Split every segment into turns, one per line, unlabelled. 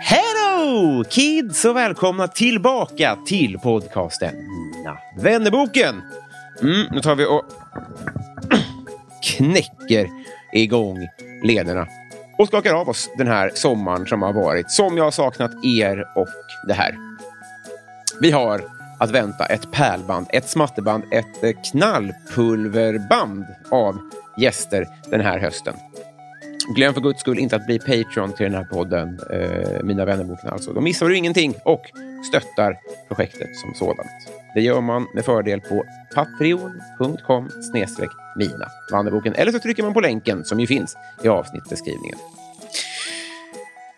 Hello kids och välkomna tillbaka till podcasten Mina vännerboken. Mm, nu tar vi och knäcker igång lederna och skakar av oss den här sommaren som har varit. Som jag har saknat er och det här. Vi har att vänta ett pärlband, ett smatterband, ett eh, knallpulverband av gäster den här hösten. Glöm för guds skull inte att bli Patreon till den här podden, eh, Mina vännerboken alltså. Då missar du ingenting och stöttar projektet som sådant. Det gör man med fördel på patreon.com snedstreck mina vandrarboken. Eller så trycker man på länken som ju finns i avsnittbeskrivningen.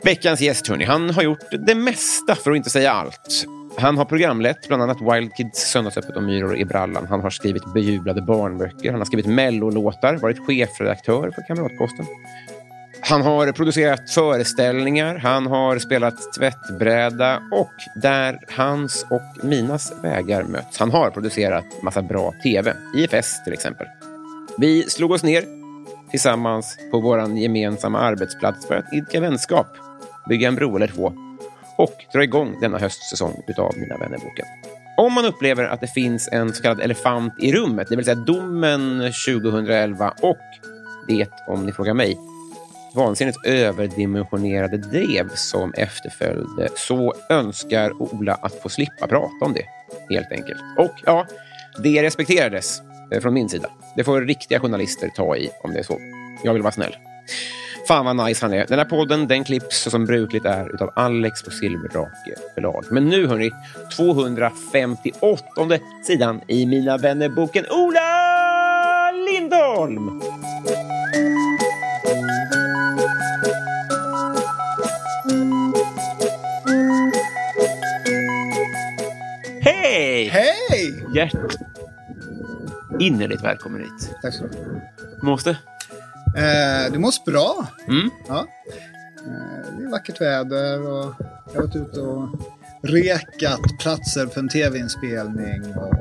Veckans gäst, hörni, han har gjort det mesta, för att inte säga allt. Han har programlett bland annat Wild Kids, Söndagsöppet och Myror i brallan. Han har skrivit bejublade barnböcker, han har skrivit mellolåtar, varit chefredaktör för Kamratposten. Han har producerat föreställningar, han har spelat tvättbräda och där hans och minas vägar möts. Han har producerat massa bra tv, IFS till exempel. Vi slog oss ner tillsammans på vår gemensamma arbetsplats för att idka vänskap, bygga en bro eller två och dra igång denna höstsäsong utav Mina vännerboken. Om man upplever att det finns en så kallad elefant i rummet, det vill säga domen 2011 och det, om ni frågar mig, vansinnigt överdimensionerade drev som efterföljde så önskar Ola att få slippa prata om det, helt enkelt. Och ja, det respekterades eh, från min sida. Det får riktiga journalister ta i om det är så. Jag vill vara snäll. Fan vad nice han är. Den här podden den klipps så som brukligt är utav Alex på Silverdrake förlag. Men nu hörni, 258 sidan i Mina vännerboken Ola Lindholm! Hej!
Hej!
Hjärt... Innerligt välkommen hit.
Tack så mycket.
Måste.
Eh, du mås bra.
Mm.
Ja. Eh, det är vackert väder och jag har varit ute och rekat platser för en tv-inspelning och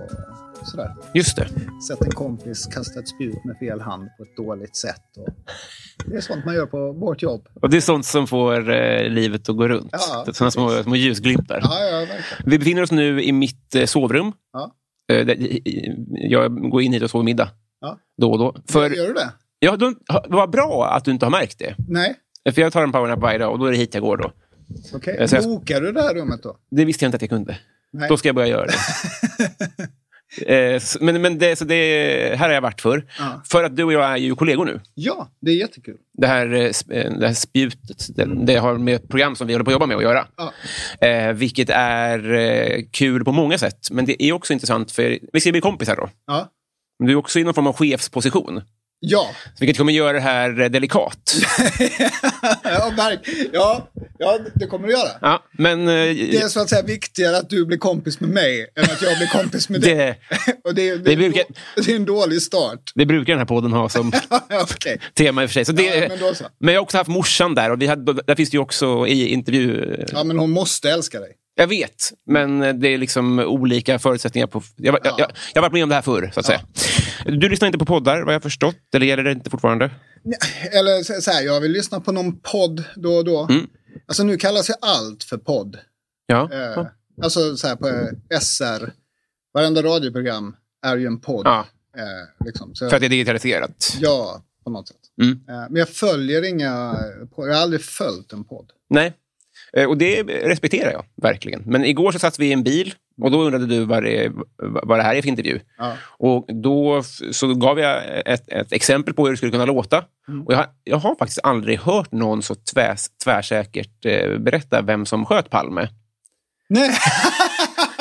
sådär.
Just det.
Sett en kompis kasta ett spjut med fel hand på ett dåligt sätt. Och det är sånt man gör på vårt jobb.
Och det är sånt som får eh, livet att gå runt.
Ja,
Det är Såna små, små ljusglimtar.
Ja, ja, verkligen.
Vi befinner oss nu i mitt eh, sovrum.
Ja.
Eh, där- i- i- jag går in hit och sover middag.
Ja.
Då och då. För,
Gör du det?
ja, då, ha- vad bra att du inte har märkt det.
Nej?
För jag tar en powernap varje dag och då är det hit jag går då.
Okej.
Jag ser-
Bokar du det här rummet då?
Det visste jag inte att jag kunde.
Nej.
Då ska jag börja göra det. eh, s- men men det, så det, här har jag varit för.
Ja.
För att du och jag är ju kollegor nu.
Ja, det är jättekul.
det här, eh, sp- eh, det här spjutet, det, det har med ett program som vi håller på att jobba med att göra.
Mm. Ja.
Eh, vilket är eh, kul på många sätt, men det är också intressant för vi ska bli kompisar då.
Ja.
Men du är också i någon form av chefsposition,
Ja,
vilket kommer göra det här eh, delikat.
ja, verk- ja, ja, det kommer du göra.
ja, men eh,
Det är så att säga viktigare att du blir kompis med mig än att jag blir kompis med dig.
det,
Och det, är-
Det brukar-
det är en dålig start.
det brukar den här podden ha som
Okej.
tema i och för sig. Så det,
Ja, men då så.
men jag har också haft morsan där och vi hade, där finns det ju också i intervju... eh,
Ja, men hon måste älska dig.
Jag vet, men det är liksom olika förutsättningar. På, jag, var- jag, jag, jag har varit med om det här förr, så att säga. Du lyssnar inte på poddar, vad jag har förstått. Eller gäller det inte fortfarande?
Eller så så här, jag vill lyssna på någon podd då och då.
Mm.
Alltså nu kallas ju allt för podd.
Ja.
Eh, Alltså så här på eh, SR Varenda radioprogram är ju en podd.
Ja.
Eh, liksom. Så
För att det är digitaliserat.
Ja, på något sätt.
Mm.
Eh, men jag följer inga... Jag har aldrig följt en podd.
Nej. Eh, Och det respekterar jag verkligen. Men igår så satt vi i en bil och då undrade du vad det, vad det här är för intervju.
Ja.
Och då f- så gav jag ett, ett exempel på hur det skulle kunna låta.
Mm.
Och jag, har- jag har faktiskt aldrig hört någon så tvärs, tvärsäkert eh, berätta vem som sköt Palme.
Nej,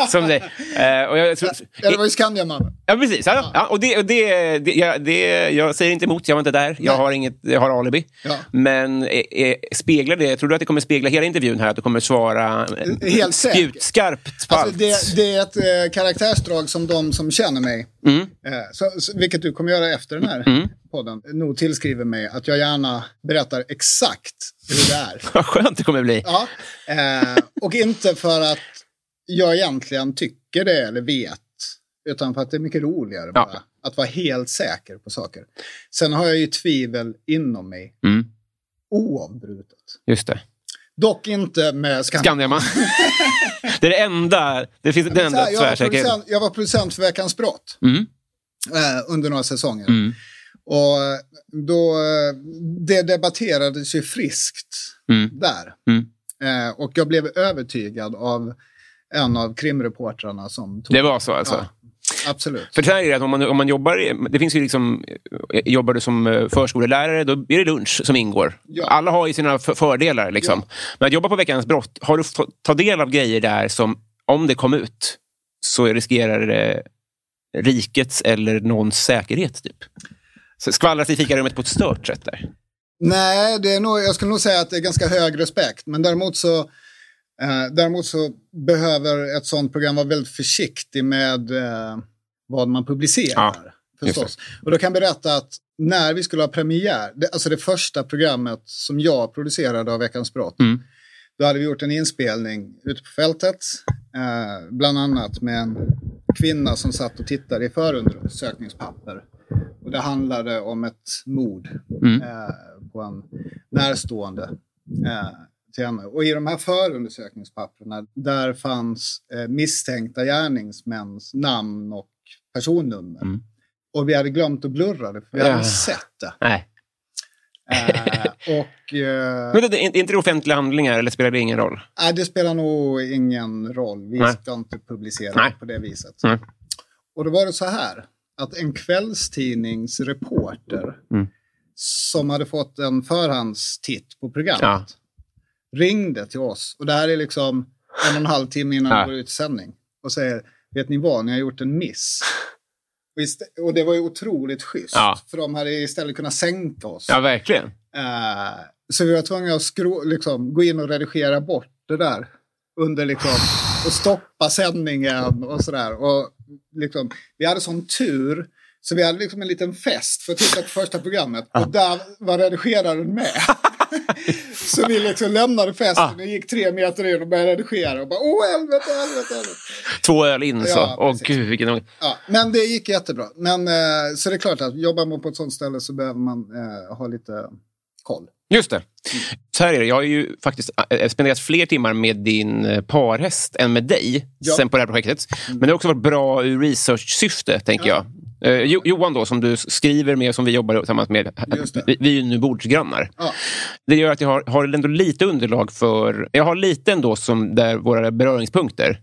Som det. Eh, och jag,
ja, det var ju Skandiamannen.
ja, precis. Ja, ja, och det, och det, det, jag, det, jag säger inte emot, jag var inte där. Jag
Nej.
har, inget, jag har alibi.
Ja.
Men eh, eh, speglar det, tror du att det kommer spegla hela intervjun här? Att du kommer svara eh,
Helt säkert.
spjutskarpt på
Alltså,
allt?
det, det är ett eh, karaktärsdrag som de som känner mig,
Mm.
eh, så, så, vilket du kommer göra efter den här podden, nog tillskriver mig att jag gärna berättar exakt hur det är.
Vad skönt det kommer bli.
Ja, eh, och inte för att jag egentligen tycker det eller vet, utan för att det är mycket roligare bara,
Ja.
att vara helt säker på saker. Sen har jag ju tvivel inom mig
Mm.
oavbrutet.
Just det.
Dock inte med skam.
Skandiaman. det är det enda, det finns den
Så här,
enda
jag, var
tvärsäkerheten.
producent, jag var producent för Veckans brott
Mm.
eh, under några säsonger.
Mm.
Och eh, då, eh, det debatterades ju friskt
Mm.
där.
Mm.
Eh, och jag blev övertygad av en av krimreportrarna som tog
Det var så alltså?
Ja, absolut.
För det här är det att om man, om man jobbar, i- det finns ju liksom, eh, jobbar du som eh, förskolelärare, då är det lunch som ingår.
Ja.
Alla har ju sina för- fördelar. Liksom. Men att jobba på Veckans brott, har du fått ta del av grejer där som, om det kom ut, så riskerar det rikets eller någons säkerhet? Typ. Så skvallras i fikarummet på ett stört sätt där.
Nej, det är nog, jag skulle nog säga att det är ganska hög respekt. Men däremot så, eh, däremot så behöver ett sånt program vara väldigt försiktig med eh, vad man publicerar.
just
förstås. Och då kan jag berätta att när vi skulle ha premiär, det, alltså det första programmet som jag producerade av Veckans brott,
Mm.
då hade vi gjort en inspelning ute på fältet, eh, bland annat med en kvinna som satt och tittade i förundersökningspapper. Och det handlade om ett mord
Mm.
eh, på en närstående eh, till henne. Och i de här förundersökningspapperna där fanns eh, misstänkta gärningsmäns namn och personnummer.
Mm.
Och vi hade glömt att blurra det, för vi hade
Ja.
inte sett det.
Nej.
Eh, och eh,
Men det, är inte det offentliga handlingar, eller spelar det ingen roll?
nej, det spelar nog ingen roll. Vi
Nej.
ska inte publicera
Nej.
det på det viset.
Nej.
Och då var det så här, att en kvällstidningsreporter
Mm.
som hade fått en förhandstitt på programmet
Ja.
ringde till oss, och det här är liksom en och en halv timme innan
Ja.
det går ut i sändning, och säger Vet ni vad, ni har gjort en miss. Och, istä- och det var ju otroligt schysst,
Ja.
för de hade istället kunnat sänka oss.
Ja, verkligen.
Eh, så vi var tvungna att skrå, liksom, gå in och redigera bort det där. Under liksom, och stoppa sändningen och sådär. Och, liksom, vi hade sån tur. Så vi hade liksom en liten fest för att titta på första programmet. Och där var redigeraren med. så vi liksom lämnade festen och gick tre meter in och började redigera. Och bara, åh helvete, helvete, helvete.
Två öl in så.
Ja,
Åh
precis.
gud, vilken... ång-
Ja, men det gick jättebra. Men, eh, så det är klart att jobbar man på ett sånt ställe så behöver man eh, ha lite koll.
Just det. Så här är det, jag har ju faktiskt eh, spenderat fler timmar med din eh, parhäst än med dig
Ja.
sen på det här projektet. Men det har också varit bra ur research-syfte, tänker jag. Eh, Jo- Johan då, som du skriver med och som vi jobbar tillsammans med. eh,
Just det.
Vi, vi är ju nu bordsgrannar.
Ja.
Det gör att jag har, har ändå lite underlag för... Jag har lite ändå som där våra beröringspunkter.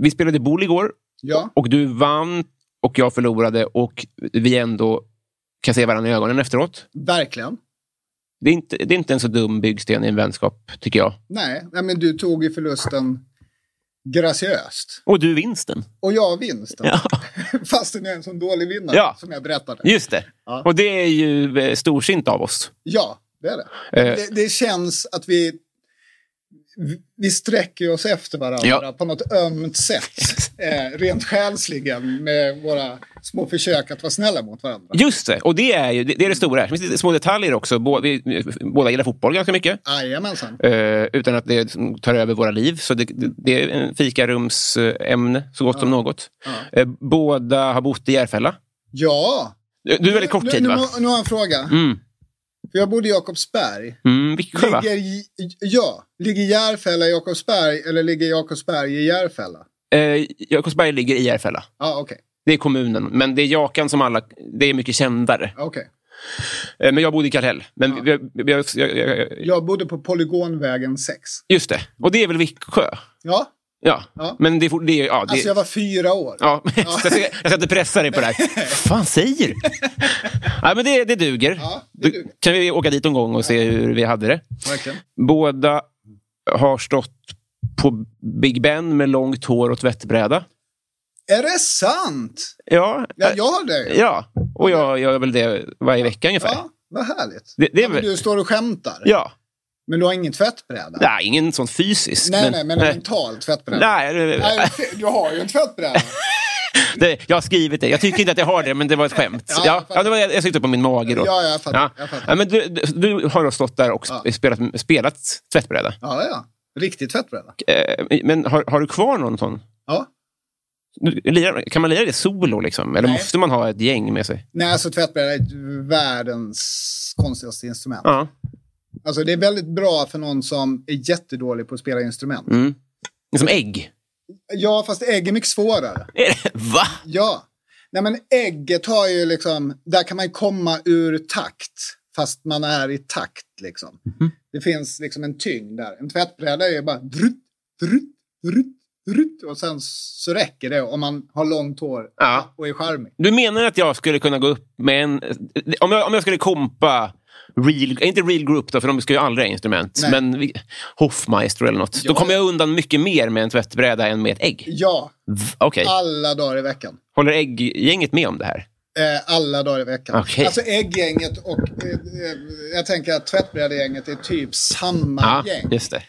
Vi spelade boule igår
Ja.
och du vann och jag förlorade och vi ändå kan se varandra i ögonen efteråt.
Verkligen.
Det är, inte, det är inte en så dum byggsten i en vänskap, tycker jag.
Nej, nej men du tog ju förlusten graciöst.
Och du vinsten.
Och jag vinsten.
Ja.
Fastän jag är en sån dålig vinnare,
Ja.
som jag berättade.
Just det.
Ja.
Och det är ju eh, storsint av oss.
Ja, det är det.
Eh.
det. Det känns att vi, vi sträcker oss efter varandra
Ja.
på något ömt sätt. Eh, rent själsligen med våra små försök att vara snälla mot varandra.
Just det. Och det är ju det, det, är det stora. här. Det finns lite små detaljer också. Bå, vi, vi- båda gillar fotboll ganska mycket.
Jajamensan.
eh, utan att det liksom tar över våra liv. Så det, det, det är en fikarumsämne, så gott som något.
Ja.
Eh, båda har bott i Järfälla.
Ja.
Eh, Du är väldigt kort
nu,
tid,
nu,
va?
må- nu har jag en fråga.
Mm.
För jag bodde i Jakobsberg.
Mm, Viksjö, va?
Ligger, i- ja, ligger Järfälla i Jakobsberg eller ligger Jakobsberg i Järfälla?
Eh, Jakobsberg ligger i Järfälla.
Ja, okej.
Det är kommunen, men det är Jakan som alla... Det är mycket kändare.
Okej.
Eh, men jag bodde i Kallhäll. Men vi, vi, vi, jag, jag, jag,
Jag bodde på Polygonvägen 6.
just det. Och det är väl Viksjö?
Ja,
Ja.
Ja.
Men det är... fort- det är- Ja, det,
alltså jag var fyra år.
Ja, jag ska, jag ska inte pressa dig på det här. fan säger du? Nej, men det, det duger.
Ja, det
Du-
duger.
Kan vi åka dit någon gång och se hur vi hade det?
Verkligen.
Båda har stått på Big Ben med långt hår och tvättbräda.
Är det sant?
Ja, eh,
Ja, jag har det.
ja. och jag gör väl det varje vecka ungefär.
Ja, vad härligt.
Det- det är
ja, men
väl-
du står och skämtar.
Ja.
Men du har ingen tvättbräda?
Nej, ingen sån fysisk.
nej, nej, men en
nej.
mental tvättbräda.
Nej, det-
Nej, du har ju en tvättbräda.
det, jag har skrivit det. Jag tycker inte att jag har det, men det var ett skämt.
Ja,
Ja,
jag
ja,
fattar.
det var, jag syftade på min mage då.
Ja, jag fattar, jag fattar.
Ja, men du, du, du har då stått där och sp- spelat, spelat tvättbräda.
Ja, ja. Riktig tvättbräda.
Eh, Men har, har du kvar någon sån?
Ja.
Du- lirar- Kan man lira det solo? Liksom? Eller
Nej.
måste man ha ett gäng med sig?
Nej, alltså tvättbräda är ett världens konstigaste instrument.
Ja.
Alltså det är väldigt bra för någon som är jättedålig på att spela instrument.
Mm. Som Liksom ägg?
Ja, fast ägg är mycket svårare.
Va?
Ja. Nej, men ägget har ju liksom... Där kan man ju komma ur takt, fast man är i takt. liksom.
Mm.
Det finns liksom en tyngd där. En tvättbräda är ju bara... Drutt, drutt, drutt, drutt, och sen så räcker det om man har långt hår
Ja.
och är charmig.
Du menar att jag skulle kunna gå upp med en... eh, Om jag, om jag skulle kompa... Real, inte real group, då, för de ska ju aldrig ha instrument.
Nej.
Men vi- Hoffmeister eller något. Då
Ja.
kommer jag undan mycket mer med en tvättbräda än med ett ägg.
Ja,
V- Okej.
alla dagar i veckan.
Håller ägggänget med om det här?
Eh, alla dagar i veckan.
Okej.
Alltså ägggänget och... Eh, eh, jag tänker att tvättbrädegänget är typ samma
Ja,
gäng.
just det.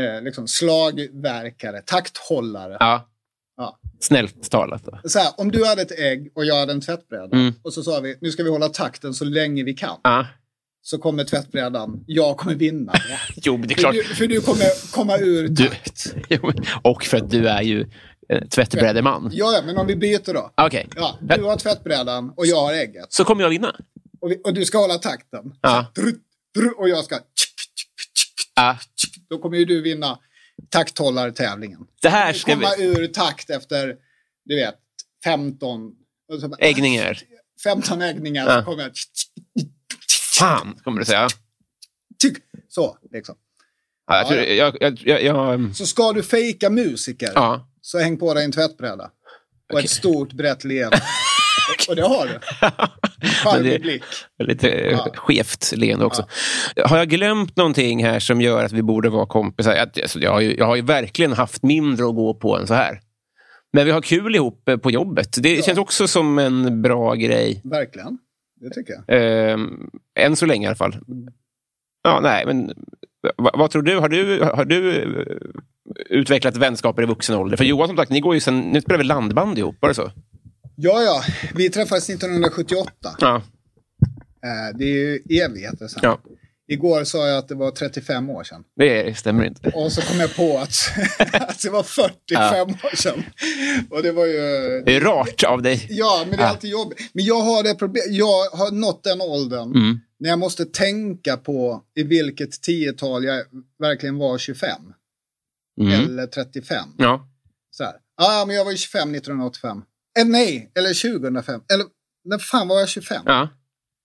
Eh, liksom slagverkare, takthållare.
Ja.
Ja.
Snällt talat. Då.
så här, om du hade ett ägg och jag hade en tvättbräda
Mm.
och så sa vi nu ska vi hålla takten så länge vi kan.
Ja.
Så kommer tvättbrädan, jag kommer vinna.
Jo, men det är
för,
klart.
du, för du kommer komma ur
Du,
takt.
Jo, men- och för att du är ju eh, tvättbrädeman.
Ja, ja, men om vi byter då.
Okej.
Ja, du har tvättbrädan och jag har ägget.
Så kommer jag vinna?
Och, vi, och du ska hålla takten.
Ja.
Dru, dru, och jag ska...
Ja.
Då kommer ju du vinna takthållartävlingen.
Det här ska vi...
Komma ur takt efter, du vet, 15... och så bara-
Äggningar.
15 äggningar.
Ja.
Så kommer jag...
Fan, kommer du säga.
Tyck. Så, liksom.
Ja, jag tror,
Ja,
jag, jag, jag, jag, mm,
Så ska du fejka musiker,
ja.
så häng på dig en tvättbräda. Och ett stort brett leende. och det har du.
Men
Charmig
det
blick.
är lite ja.
Ja.
skevt leende också. Har jag glömt någonting här som gör att vi borde vara kompisar? Jag, alltså, jag, har ju, jag har ju verkligen haft mindre att gå på än så här. Men vi har kul ihop eh, på jobbet. Det känns också som en bra grej.
Verkligen. Det tycker jag.
Ehm, än så länge i alla fall. Ja, nej, men va, vad tror du? Har du, har du eh, utvecklat vänskaper i vuxen ålder? För Johan, som sagt, ni går ju sen, ni spelar väl landband ihop? Var det så?
Ja, ja. Vi träffades 1978.
Ja.
Eh, Det är ju evigheter sedan.
ja.
Igår sa jag att det var 35 år sedan.
Det stämmer inte.
Och så kom jag på att, att det var 45 år sedan. Och det var ju...
Det är rart av dig.
Ja, men det är alltid jobbigt. Men jag har det problem. Jag har nått den åldern
Mm.
när jag måste tänka på i vilket tiotal jag verkligen var 25
Mm.
eller 35.
Ja.
Så här. Ah, men jag var ju 25 1985. Eh, nej, eller 2005. Eller när fan var jag 25? Ja,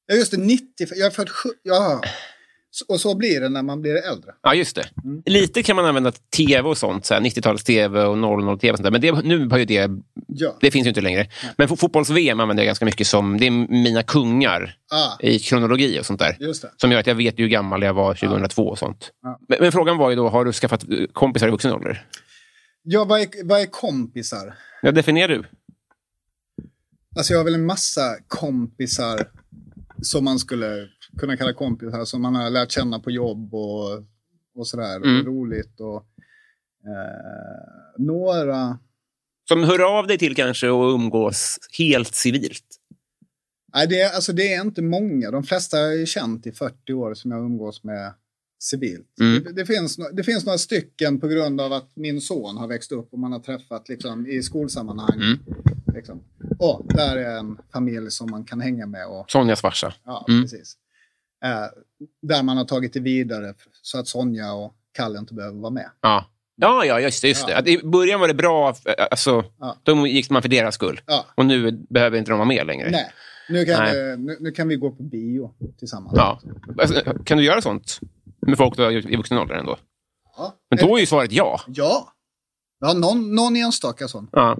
ja.
just det, 95. Jag är född 70. Ja. Så- Och så blir det när man blir äldre.
Ja, just det.
Mm.
Lite kan man använda tv och sånt, så här, 90-tals-tv och 00-tv. och sånt där. Men det, nu har ju det...
Ja.
Det finns ju inte längre. Men fo- fotbolls-VM använder jag ganska mycket som... Det är mina kungar
Ah,
i kronologi och sånt där.
just det.
Som gör att jag vet ju hur gammal jag var 2002 och sånt. Men, men frågan var ju då, har du skaffat eh, kompisar i vuxen ålder?
Ja, vad är, vad är kompisar?
Ja, definierar du.
Alltså jag har väl en massa kompisar som man skulle kunna kalla kompisar som man har lärt känna på jobb och, och sådär.
Mm.
Och roligt och eh, några...
Som hör av dig till kanske och umgås helt civilt.
Nej, det är, alltså det är inte många. De flesta har jag ju känt i 40 år som jag umgås med civilt.
Mm.
Det, det, finns, no- det finns några stycken på grund av att min son har växt upp och man har träffat liksom, i skolsammanhang.
Mm.
Liksom. Och där är en familj som man kan hänga med och
Sonjas farsa.
Ja,
Mm.
precis. Eh, där man har tagit det vidare f- så att Sonja och Kalle inte behöver vara med.
Ja. Ja, ja just det. Just det. Att I början var det bra. f- Alltså,
Ja.
Då gick man för deras skull.
Ja.
Och nu behöver inte de vara med längre.
Nej, nu kan,
Nej.
eh, Nu, nu kan vi gå på bio tillsammans.
Ja. Alltså, kan du göra sånt med folk du har gjort i vuxen ålder ändå?
Ja. Eh,
Men då är ju svaret ja.
Ja. Ja, någon, någon enstaka sån.
ja.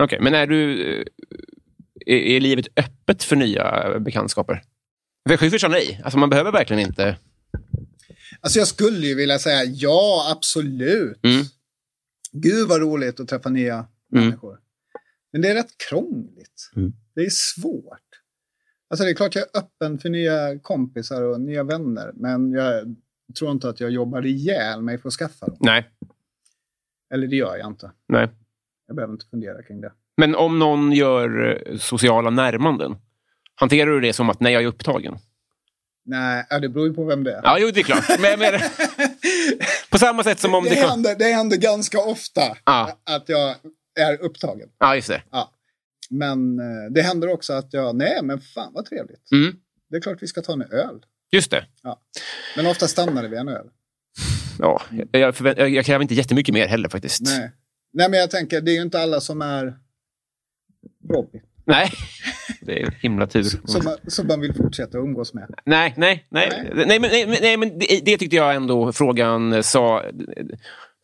Okej, men är du... eh, Är, är livet öppet för nya bekantskaper? Växjö sa nej. Alltså, man behöver verkligen inte...
Alltså jag skulle ju vilja säga ja, absolut.
Mm.
Gud vad roligt att träffa nya människor. Men det är rätt krångligt.
Mm.
Det är svårt. Alltså det är klart jag är öppen för nya kompisar och nya vänner, men jag tror inte att jag jobbar ihjäl mig för att skaffa dem.
Nej.
Eller det gör jag inte.
nej.
Jag behöver inte fundera kring det.
Men om någon gör eh, sociala närmanden, hanterar du det som att nej, jag är upptagen?
Nej, ja, det beror ju på vem det är.
Ja, jo, det är klart. Men, men, på samma sätt som om
det,
det... kom-
händer, det händer ganska ofta
Ja.
att jag är upptagen.
Ja, just det.
Ja. Men eh, det händer också att jag, nej men fan vad trevligt.
Mm.
Det är klart vi ska ta en öl.
Just det.
Ja. Men ofta stannar det vid en öl.
Ja, jag- jag, förvänt- jag, jag kräver inte jättemycket mer heller faktiskt.
Nej. nej, men jag tänker, det är ju inte alla som är Robbie.
Nej. Det är en himla tur.
Som, man- som man vill fortsätta umgås med.
Nej, nej, nej. Nej, men, nej, men- nej, men det, det tyckte jag ändå frågan eh, sa. eh,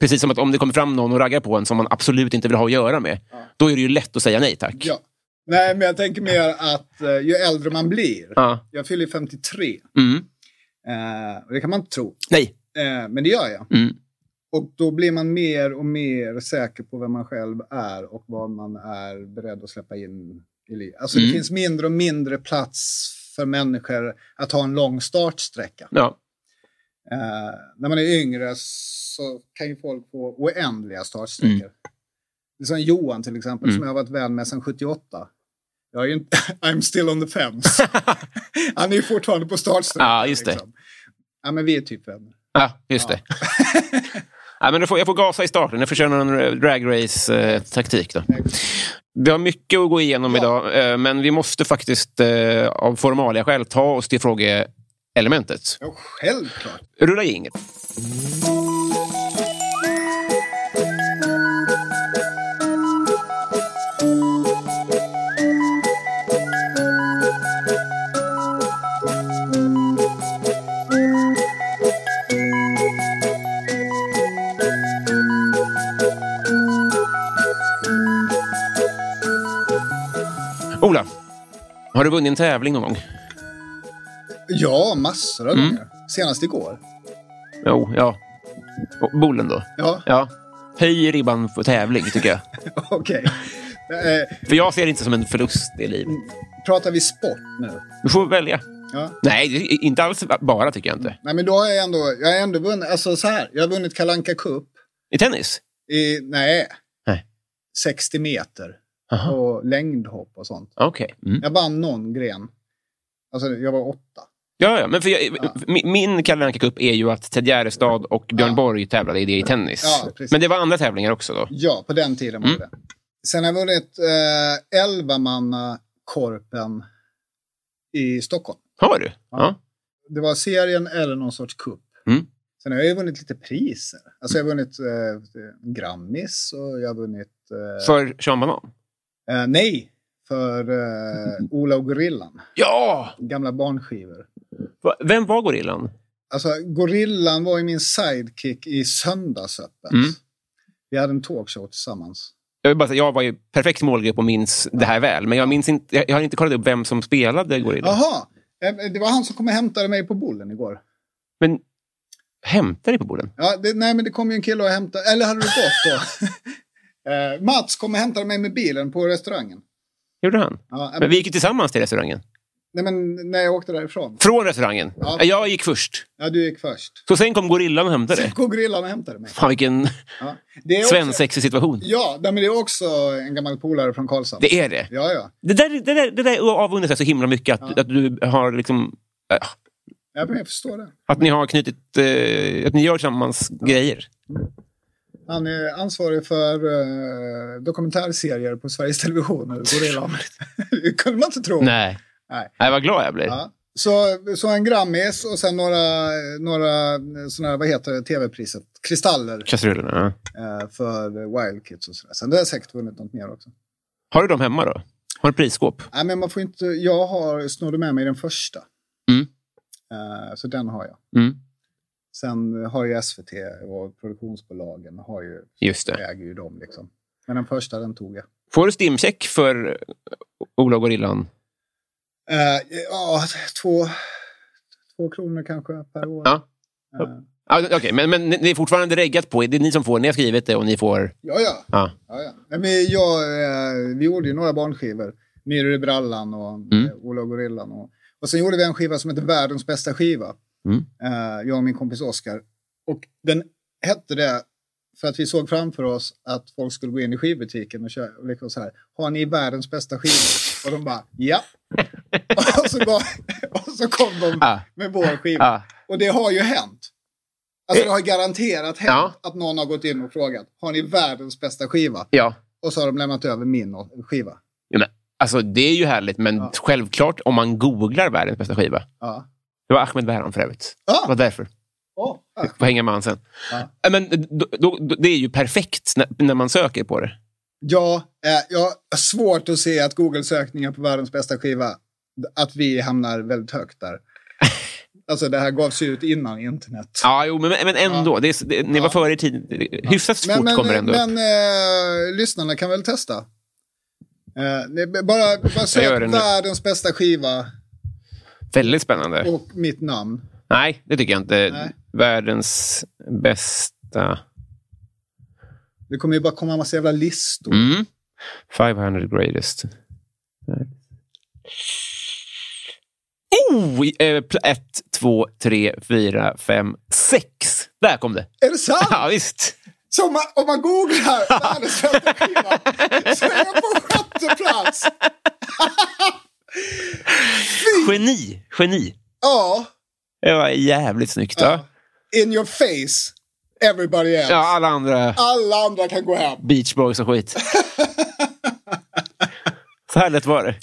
Precis som att om det kommer fram någon och raggar på en som man absolut inte vill ha att göra med, då är det ju lätt att säga nej tack.
Ja. Nej, men jag tänker mer att eh, ju äldre man blir.
Ja.
Jag fyller 53.
Mm.
Eh, och det kan man inte tro.
Nej.
Eh, men det gör jag.
Mm.
Och då blir man mer och mer säker på vem man själv är och vad man är beredd att släppa in i livet. Alltså
Mm.
det finns mindre och mindre plats för människor att ha en lång startsträcka.
Ja.
Eh, när man är yngre så kan ju folk få oändliga startsträckor.
Mm.
Som Johan till exempel, som jag har varit vän med sedan 78. Jag är ju inte, I'm still on the fence. Han är ju fortfarande på startsträckan.
Ja, just det.
Ja, men vi är typ vänner.
Ja, just det. ja, men jag, får, jag får gasa i starten. Jag får köra någon dragrace-taktik. eh, då. Vi har mycket att gå igenom idag, eh, men vi måste faktiskt eh, av formalia skäl ta oss till frågeelementet.
Ja, självklart.
Rulla jingel. Ola, har du vunnit en tävling någon gång?
Ja, massor
Mm.
av gånger. Senast igår.
Jo, ja. Och Bullen då?
Ja,
Ja. Höj ribban för tävling, tycker jag.
okej. Eh,
För jag ser det inte som en förlust i livet.
pratar vi sport nu?
Du får välja.
Ja.
Nej, det är inte alls bara, tycker jag inte.
Nej, men då har jag ändå, jag har ändå vunnit. Alltså så här, jag har vunnit Kalanka Cup
I tennis?
i, nej,
Nej.
60 meter.
Aha.
Och längdhopp och sånt.
Okej. Mm.
Jag vann någon gren. Alltså, jag var åtta.
Ja, ja, men för jag, mi- min Kalle Anka Cup är ju att Ted Gärdestad och Björn
Ja.
Borg tävlade i det i tennis.
Ja, precis.
men det var andra tävlingar också då?
Ja, på den tiden
Mm.
var det det. Sen har jag vunnit eh, 11 korpen i Stockholm.
Har du? Ja.
Det var serien eller någon sorts cup.
Mm.
Sen har jag ju vunnit lite priser. Alltså jag har vunnit eh, Grammis och jag har vunnit... Eh,
För Sean Banan?
eh, nej, för eh, Ola och Gorillan.
Ja!
Gamla barnskivor.
Va- Vem var gorillan?
Alltså Gorillan var ju min sidekick i Söndagsöppet.
Mm.
Vi hade en talkshow tillsammans.
Jag, vill bara säga, jag var ju perfekt målgrupp och minns det här väl, men jag, minns inte, jag, jag har inte kollat upp vem som spelade gorillan.
Jaha, eh, det var han som kom och hämtade mig på bollen igår.
Men hämtar det på borden?
Ja, det, nej, men det kom ju en kille och hämtade... Eller hade du gått då? eh, Mats kom och hämtade mig med bilen på restaurangen.
Gjorde han?
Ja,
Men vi gick ju tillsammans till restaurangen.
Nej, men när jag åkte därifrån.
Från restaurangen.
Ja.
Jag gick först.
Ja, du gick först.
Så sen kom gorillan och hämtade det.
Sen kom grillan och hämtade mig.
Fan vilken
Ja. Det är också-
svensexig situation.
Ja, nej, men det är också en gammal polare från Karlshamn.
Det är det.
Ja, ja.
Det där, det där, det där avundas jag så himla mycket. Att, att du har liksom... äh,
ja men jag förstår det.
Att ni har knutit... eh, Att ni gör tillsammans grejer.
Han är ansvarig för eh, dokumentärserier på Sveriges Television nu, Gorillan. det kunde man inte tro.
Nej.
Nej.
Nej, vad glad jag blir.
Ja. Så, så en Grammis och sen några, några såna här, vad heter det, tv-priset? Kristaller
Kastrullerna, ja.
eh, för Wild Kids och sådär. Sen har jag säkert vunnit något mer också.
Har du dem hemma då? Har du prisskåp?
Nej, men man får inte, jag har, snodde med mig den första.
Mm.
Eh, så den har jag.
Mm.
Sen har ju SVT och produktionsbolagen har ju,
Just det.
äger ju dem liksom. Men den första den tog jag.
Får du stimcheck för Ola Gorillan?
Eh, ja, två, två kronor kanske per år.
Ja.
Eh,
Ah, Okej, men, men ni ni är fortfarande reggat på. Det är ni som får. Ni har skrivit det och ni får...
ja, ja.
Ja.
ja, ja. Nej, Men jag, eh, vi gjorde ju några barnskivor. Myror i brallan och mm. Ola och Gorillan. Och, och sen gjorde vi en skiva som hette Världens bästa skiva.
Mm.
Eh, jag och min kompis Oskar. Och den hette det för att vi såg framför oss att folk skulle gå in i skivbutiken och, köra, och liksom så här. Har ni världens bästa skivor? Och de bara ja. och, så gav, och så kom de
Ah.
med vår skiva.
Ah.
Och det har ju hänt. Alltså det har garanterat hänt
Ja.
att någon har gått in och frågat. Har ni världens bästa skiva?
Ja.
Och så har de lämnat över min och- skiva.
ja men, alltså, det är ju härligt, men
Ja.
självklart om man googlar världens bästa skiva.
Ja.
Det var Ahmed Behram för övrigt. Det var
Ah,
därför.
oh, ah.
Får hänga med han sen.
Ja.
Äh, Men, då, då, då, det är ju perfekt när, när man söker på det.
Ja, eh, jag har svårt att se att Google-sökningar på världens bästa skiva, att vi hamnar väldigt högt där. Alltså det här gavs ju ut innan internet.
Ja, jo, men, men ändå. Det är, så- det, ni var
Ja.
före i tiden. Det- Hyfsat fort
men,
kommer det ändå upp.
men eh, lyssnarna kan väl testa? Eh, det är bara bara
gör det
sök
nu.
världens bästa skiva
Väldigt spännande.
och mitt namn.
Nej, det tycker jag inte.
Nej.
Världens bästa...
Det kommer ju bara komma en massa jävla listor.
Mm. 500 greatest. Oh! i- eh, pl- Ett, två, tre, fyra, fem, sex. Där kom det.
Är det sant?
Ja, visst.
Så om man, om man googlar världens bästa skiva så är jag på sjätte plats.
Geni. Geni.
Ja,
Det var jävligt snyggt. Ja.
in your face, everybody else.
Ja, alla andra
Alla andra kan gå hem.
Beach Boys och skit. Så här lätt var det.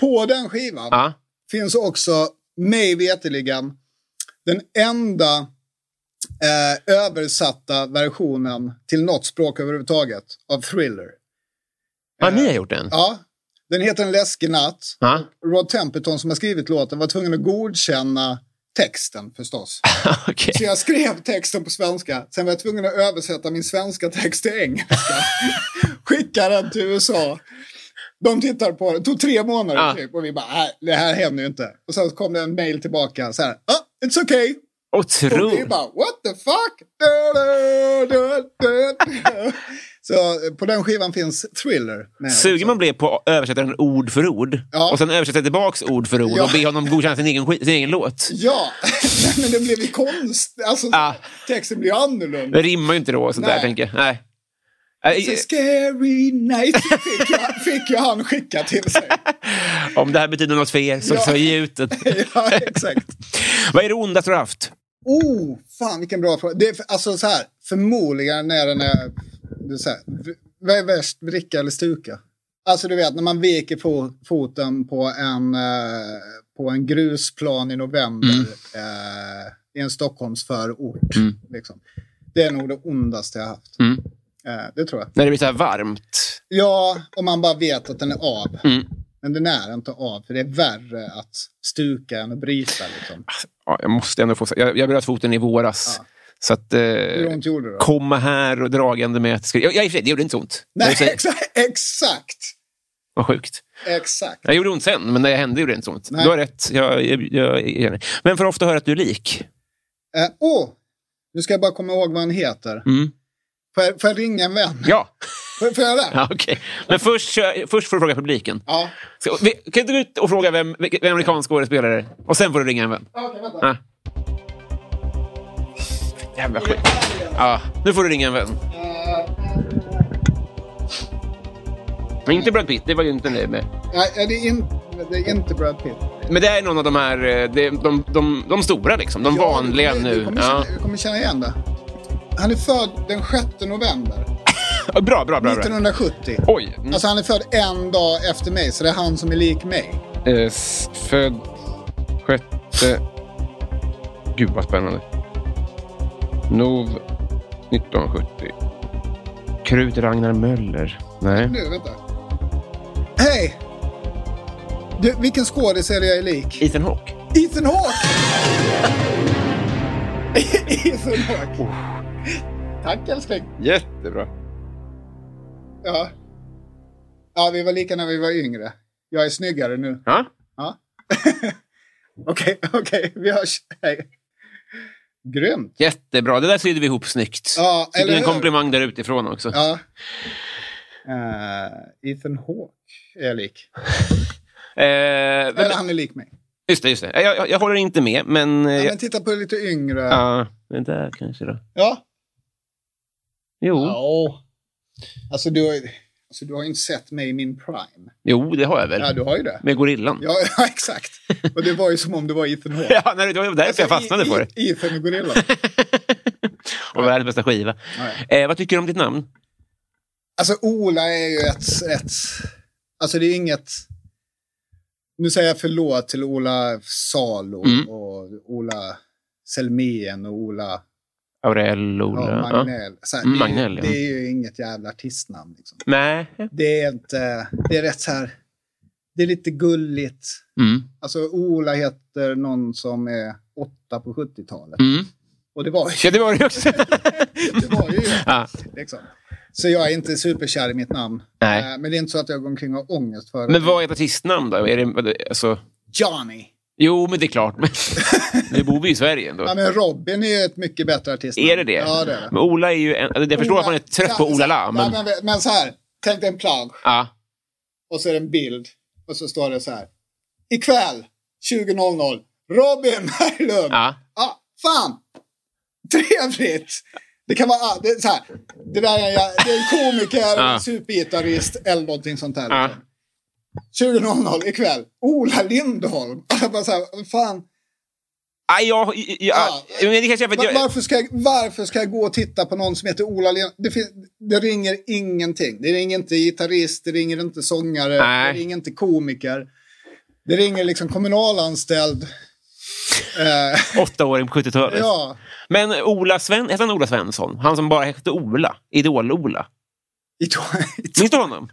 På den skivan
Ja.
finns också, mig veterligen, den enda eh, översatta versionen till något språk överhuvudtaget av Thriller.
ja, ni har gjort den.
Eh, Ja, den heter En läskig natt.
Ja.
Rod Temperton som har skrivit låten var tvungen att godkänna texten förstås.
Okej.
Så jag skrev texten på svenska, sen var jag tvungen att översätta min svenska text till engelska. Skicka den till USA. De tittar på den, det tog tre månader
Ah.
typ och vi bara, nej det här händer ju inte. Och sen kom det en mail tillbaka så här, ah, it's okay. Och vi
Otroligt.
bara, what the fuck? Da, da, da, da. Så eh, på den skivan finns Thriller. med
Suger
också.
man blir på översättaren ord för ord
Ja.
och sen översätter tillbaks ord för ord
Ja.
och ber honom godkänna sin egen, skit- sin egen låt.
Ja, Nej, men det blev ju konst. Alltså,
Ah.
texten blev annorlunda.
Det rimmar ju inte då, sånt där,
Nej.
tänker jag. Nej. Nej,
Så scary night fick ju, fick ju han skicka till sig.
eh, Om det här betyder något för er, så,
Ja.
så ge ut det.
Ja, exakt.
Vad är det ondaste du har haft?
Oh, fan vilken bra fråga. Det är, för- alltså så här, förmodligen när den är... Det är så här, v- vad är värst, vricka eller stuka? Alltså du vet, när man viker fo- foten på en, eh, på en grusplan i november eh, i en Stockholmsförort. Liksom. Det är nog det ondaste jag haft.
Mm.
Eh, det tror jag.
När det blir så här varmt?
Ja, om man bara vet att den är av.
Mm.
Men den är inte av, för det är värre att stuka än att bryta. Liksom.
Ja, jag måste ändå få... Jag, jag bröt foten i våras. Så att...
Hur
Eh,
ont gjorde det? då?
komma här och dragande med... att- Ja, i och för sig, det gjorde inte så ont.
Nej,
Jag säger-
exa- exakt!
Vad sjukt.
Exakt.
Jag gjorde ont sen, men när jag hände gjorde det inte så ont.
Nej.
Du har rätt. Jag, jag, jag, jag, men för ofta höra att du är lik.
Eh, åh, nu ska jag bara komma ihåg vad han heter.
Mm.
Får, jag, får jag ringa en vän?
Ja.
Får, får jag det?
Ja, okej. Men först, kör- först får du fråga publiken.
Ja.
Så, vi- kan inte du ut och fråga vem, vilken- vem amerikansk skådespelare är? Och sen får du ringa en vän.
Okej, vänta.
Ja. Jävla skit. Ja, nu får du ringa en vän. Men inte Brad Pitt, det var ju inte det med.
Nej, eh, det är, in, det är inte Brad Pitt.
Men det är någon av de här, eh, de, de, de, de stora liksom. De
Ja,
vanliga
du, Du
nu.
kommer,
Ja.
känna, du kommer känna igen det. Han är född den 6 november
Ja, Bra, bra, bra. bra.
1970.
Oj. Mm.
Alltså han är född en dag efter mig, så det är han som är lik mig.
Eh, s- född sjätte att... Eh, gud vad spännande. Nov 1970. Krut Ragnar Möller. Nej.
Nu, vänta. Hej! Du, vilken skådis är det jag är lik?
Ethan Hawke.
Ethan Hawke! Ethan Hawke. Tack älskling.
Jättebra.
Ja. ja, vi var lika när vi var yngre. Jag är snyggare nu.
Ja?
Ja. Okej, okej, vi hörs. Hej. Grymt.
Jättebra. Det där sydde vi ihop snyggt.
Ja,
Fick
eller
du en
hur?
komplimang där utifrån också.
Ja. Eh, Ethan Hawke är jag lik.
Eh, men,
Eller han är lik mig.
just det, just det. Jag, jag, jag håller inte med, men... eh,
Ja, men titta på lite yngre.
Ja, men där kanske då.
Ja.
Jo.
Ja. Alltså du, har, ju- alltså du har ju inte sett mig i min prime.
jo, det har jag väl.
Ja, du har ju det.
Med gorillan.
Ja, ja exakt. Och det var ju som om det var Ethan Hawke.
Ja, nej, det var därför jag fastnade på det.
Alltså, I- Ethan och Gorilla.
Och världens bästa skiva.
Ja, ja.
Eh, vad tycker du om ditt namn?
Alltså Ola är ju ett, ett... Alltså det är inget... Nu säger jag förlåt till Ola Salo
Mm.
och Ola Selmén och Ola
Aurell, Ola?
ja, Magnell. Så här,
Mm,
det är ju-
Magnell, ja.
Det är ju inget jävla artistnamn. Liksom.
Nej.
Det är inte... Det är rätt så här... Det är lite gulligt.
Mm.
Alltså Ola heter någon som är åtta på 70-talet.
Mm.
Och det var
Ja,
ju...
det var det också. Mm.
Det var ju
ja.
liksom. Så jag är inte superkär i mitt namn.
Nej.
Eh, Men det är inte så att jag går omkring och har ångest för det.
Men vad är ett artistnamn då? Är det, vad det- alltså...
Johnny.
Jo, men det är klart. Men... nu bor vi i Sverige ändå.
Ja, men Robin är ju ett mycket bättre artist.
Är det det?
Ja, det är det.
Men Ola är ju en... alltså, Jag förstår att man är trött på
Ja,
Ola La,
Ja,
men...
men, men så här, tänk dig en plansch
Ja.
och så är det en bild och så står det så här. Ikväll 20.00 Robin Berglund.
Ja.
Ja, fan! Trevligt! Det kan vara ah, det är så här. Det där är, en jä- det är en komiker,
Ja.
en supergitarrist eller någonting sånt där.
Ja.
liksom. 20.00 ikväll. Ola Lindholm. Alla bara så här, fan.
Aj, jag, jag, jag,
Ja.
men det kanske är för att
Va-
jag...
Varför ska, jag, varför ska jag gå och titta på någon som heter Ola Lindholm? Det, finns, det ringer ingenting. Det ringer inte gitarrist, det ringer inte sångare,
Nej.
det ringer inte komiker. Det ringer liksom kommunalanställd. Eh,
Åtta år på 70-talet.
ja,
Men Ola Sven... hette han Ola Svensson? Han som bara hette Ola. Idol-Ola.
I-
Minns du honom?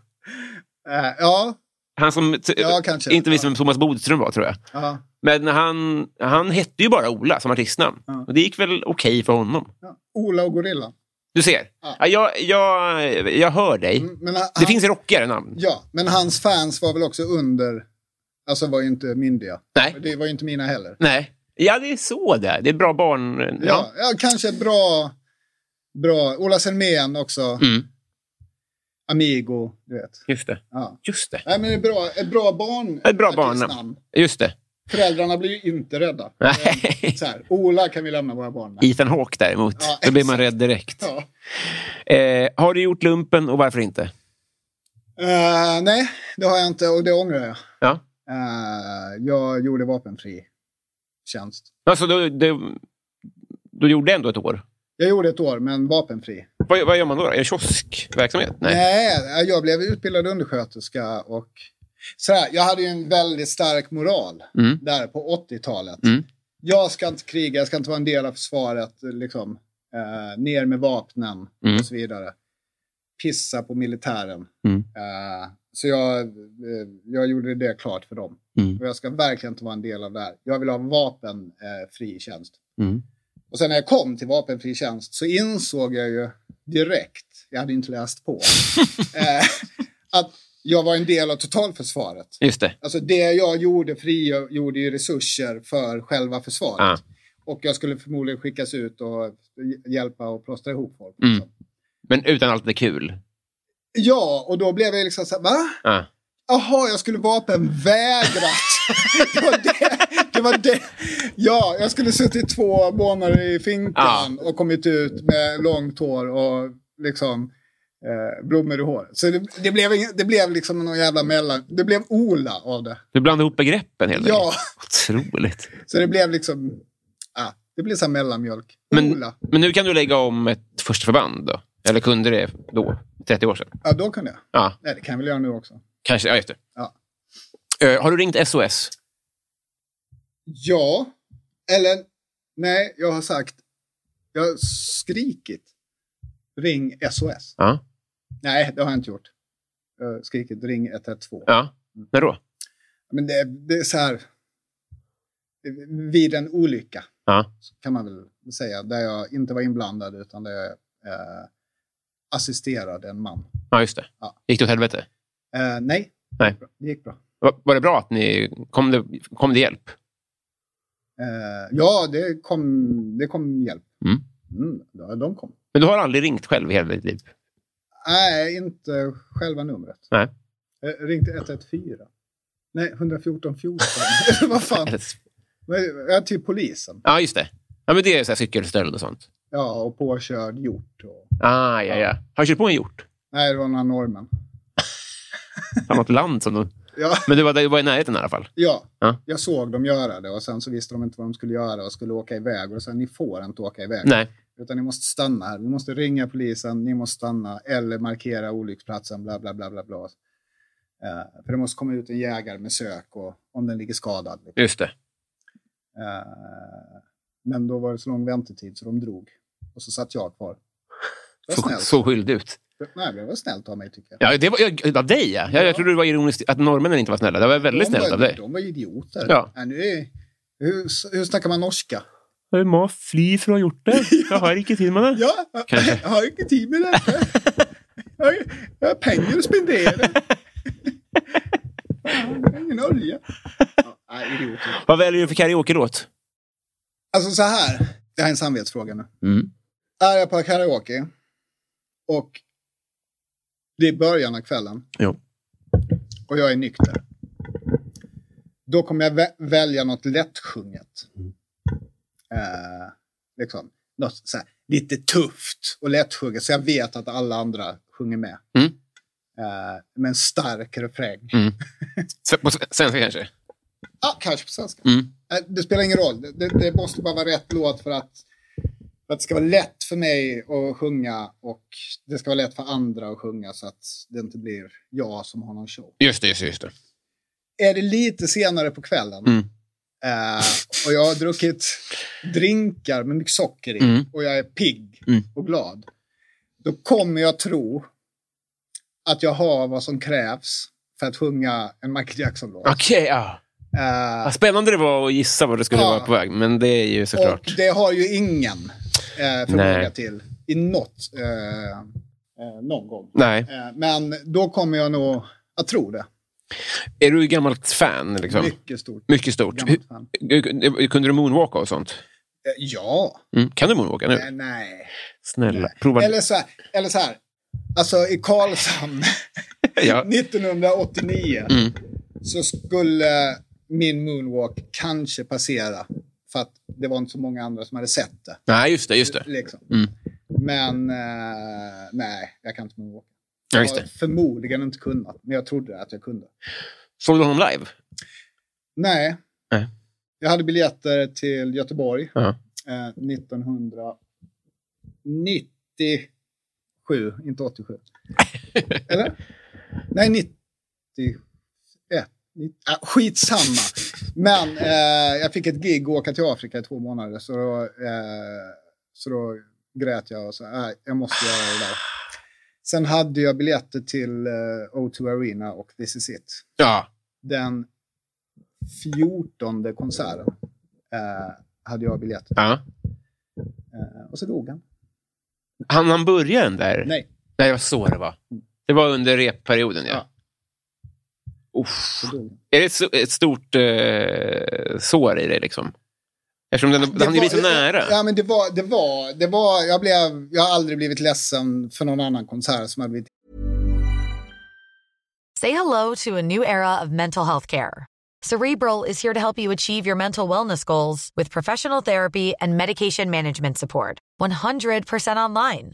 Eh, ja,
Han som t-
Ja, kanske.
inte visste
Ja.
vem Thomas Bodström var, tror jag.
ja.
Men han, han hette ju bara Ola som artistnamn.
Ja.
Och det gick väl okej för honom.
Ja, Ola och Gorilla.
Du ser.
Ja.
Ja. Jag, jag, jag hör dig.
Mm, Men han,
Det finns rockigare namn.
Ja, men hans fans var väl också under... Alltså var ju inte myndiga.
Nej.
Det var ju inte mina heller.
Nej. Ja, det är så det är. Det är bra barn... Ja.
Ja, ja. kanske ett bra... bra. Ola Selmén också.
Mm.
Amigo, du vet.
Just det.
Ja.
Just det.
Nej, men det är bra, ett bra barn.
Ett bra
artistnamn.
barnnamn. Just det.
Föräldrarna blir ju inte rädda. Eh,
Nej.
Så här, Ola kan vi lämna våra barn med.
Ethan Hawke däremot.
Ja,
Då blir man rädd direkt.
Ja.
Eh, har du gjort lumpen och varför inte?
Eh, nej, det har jag inte och det ångrar jag.
Ja.
Eh, jag gjorde vapenfri tjänst.
Alltså, du, du, du gjorde ändå ett år.
Jag gjorde ett år, men vapenfri.
Vad, vad gör man då? Är det kioskverksamhet? Nej.
Nej, jag blev utbildad undersköterska och så här, jag hade ju en väldigt stark moral
Mm.
där på 80-talet.
Mm.
Jag ska inte kriga, jag ska inte vara en del av försvaret, liksom. Eh, ner med vapnen
Mm.
och så vidare. Pissa på militären.
Mm.
Eh, så jag, eh, jag gjorde det klart för dem.
Mm.
Och jag ska verkligen inte vara en del av det här. Jag vill ha vapenfri tjänst.
Mm.
Och sen när jag kom till vapenfri tjänst så insåg jag ju direkt, jag hade inte läst på, eh, att jag var en del av totalförsvaret.
Just det.
Alltså det jag gjorde frigjorde ju resurser för själva
Ah.
försvaret. Och jag skulle förmodligen skickas ut och hj- hjälpa och plåstra ihop folk.
Mm.
liksom.
Men utan allt det kul. Ah.
Ja, och då blev jag liksom så här, va?
Ja.
Jaha, jag skulle vapenvägrat. det, var det, det var det. Ja, jag skulle suttit två månader i finkan och kommit ut med långt hår och liksom eh, blommor i håret. Så det, det, blev, ingen- det blev liksom någon jävla mellan... Det blev Ola av det.
Du blandade ihop begreppen helt
Ja.
enkelt. Otroligt.
Så det blev liksom... Ah, det blev så här mellanmjölk.
Men,
Ola.
men nu kan du lägga om ett första förband då? Eller kunde det då, 30 år sedan?
Ja, då kunde jag.
Ja,
Nej, det kan jag väl göra nu också.
kanske. Ja, just det.
Ja.
Eh, har du ringt SOS?
Ja, eller nej, jag har sagt, jag har skrikit ring SOS.
Ja.
Nej, det har jag inte gjort. Jag har skrikit ring 112.
ja. När då?
Men det, det är så här, vid en olycka
Ja.
så kan man väl säga, där jag inte var inblandad utan där jag eh, assisterade en man.
Ja, just det.
Ja.
Gick det åt helvete?
Eh, nej,
Nej.
det gick bra.
Var, var det bra att ni... Kom det, kom det hjälp?
Eh, ja, det kom, det kom hjälp.
Mm.
Mm, ja, de kom.
Men du har aldrig ringt själv i hela ditt liv?
Nej, inte själva numret. Eh,
Nej.
Jag ringde 114. Nej, 114 14. Vad fan? Men Jag till polisen.
Ja, just det. Ja, men det är så här cykelstöld och sånt.
Ja, och påkörd gjort. Och...
Ah, ja, ja. Har du kört på en hjort?
Nej, det var några norrmän.
Från något land som de...
Ja,
Men du var, du var i närheten i alla fall?
ja.
Ja.
jag såg dem göra det och sen så visste de inte vad de skulle göra och skulle åka iväg. Och sen, ni får inte åka iväg.
Nej.
Utan ni måste stanna här. Ni måste ringa polisen, ni måste stanna eller markera olycksplatsen, bla bla bla bla bla. Eh, för det måste komma ut en jägare med sök och, om den ligger skadad. Liksom.
Just det.
Eh, Men då var det så lång väntetid så de drog. Och så satt jag kvar. Det var
Så,
snällt.
så skyldig ut.
Nej, det var snällt av mig tycker jag.
Ja, det var, jag, av dig, ja. Jag, jag trodde du var ironisk att norrmännen inte var snälla. Det var väldigt
de,
snällt
var,
av dig.
de var idioter.
Ja.
Nej, nu är, hur, hur snackar man norska?
Du må fly från hjorten. Jag har inte tid med det.
Ja,
Kanske.
jag har inte tid med det. här. Jag har- Jag har pengar att spendera. Jag har ingen olja. Ja, nej, idioter.
Vad väljer du för karaoke-låt?
Alltså så här, det här är en samvetsfråga nu.
Mm.
är jag på karaoke och det är början av kvällen
Jo.
och jag är nykter. Då kommer jag vä- välja något lättsjunget.
Mm.
Eh, liksom, något så här, lite tufft och lättsjunget så jag vet att alla andra sjunger med.
Mm.
Eh, med en stark refräng.
S- På s- svenska kanske?
Ah, kanske på svenska.
Mm.
Eh, Det spelar ingen roll. Det, det, det måste bara vara rätt låt för att, för att det ska vara lätt för mig att sjunga och det ska vara lätt för andra att sjunga så att det inte blir jag som har någon show.
Just det, just det. Just det.
Är det lite senare på kvällen
Mm.
eh, och jag har druckit drinkar med mycket socker i
Mm.
och jag är pigg
Mm.
och glad, då kommer jag tro att jag har vad som krävs för att sjunga en Michael Jackson-låt.
Okej, ja.
Eh,
Vad spännande det var att gissa vad det skulle
Ja.
vara på väg. Men det är ju såklart...
Och det har ju ingen eh, förmåga
Nej.
till i något, eh, eh, någon gång.
Nej.
Eh, men då kommer jag nog att tro det.
Är du gammalt fan? Liksom?
Mycket stort. Eh,
Mycket stort.
Gammalt fan.
Hur- Kunde du moonwalka och sånt?
Eh, ja.
Mm. Kan du moonwalka nu?
Eh, nej.
Snälla, prova.
Eller så, här, eller så här. Alltså i Karlshamn
Ja. Mm.
1989 så skulle min moonwalk kanske passera. För att det var inte så många andra som hade sett det.
Nej, just det. Just det.
Liksom.
Mm.
Men eh, nej, jag kan inte moonwalka.
Ja, just
Jag
det.
har förmodligen inte kunnat, men jag trodde att jag kunde.
Såg du honom live?
Nej.
Nej.
Jag hade biljetter till Göteborg
Ja.
eh, 1997, inte 87. Eller? Nej, 91. Nitt- Ah, skitsamma. Men eh, jag fick ett gig och åka till Afrika i två månader. Så då, eh, så då grät jag och sa "Nej, jag måste göra det där. Sen hade jag biljetter till eh, O2 Arena och This is it
Ja.
den 14 konserten eh, hade jag biljett.
ja.
Eh, och så dog han.
Han han börja den där?
Nej,
Nej, det var så det var. Det var under repperioden, ja.
Ja.
Uff.
så dog han.
Är det ett, so- ett stort eh, sår i dig, liksom? Eftersom den,
Det
han är ju så
var-
nära.
Ja, men det var, det var, det var, jag blev, jag har aldrig blivit ledsen för någon annan konsert som hade blivit
Say hello to a new era of mental health care. Cerebral is here to help you achieve your mental wellness goals with professional therapy and medication management support. 100% online.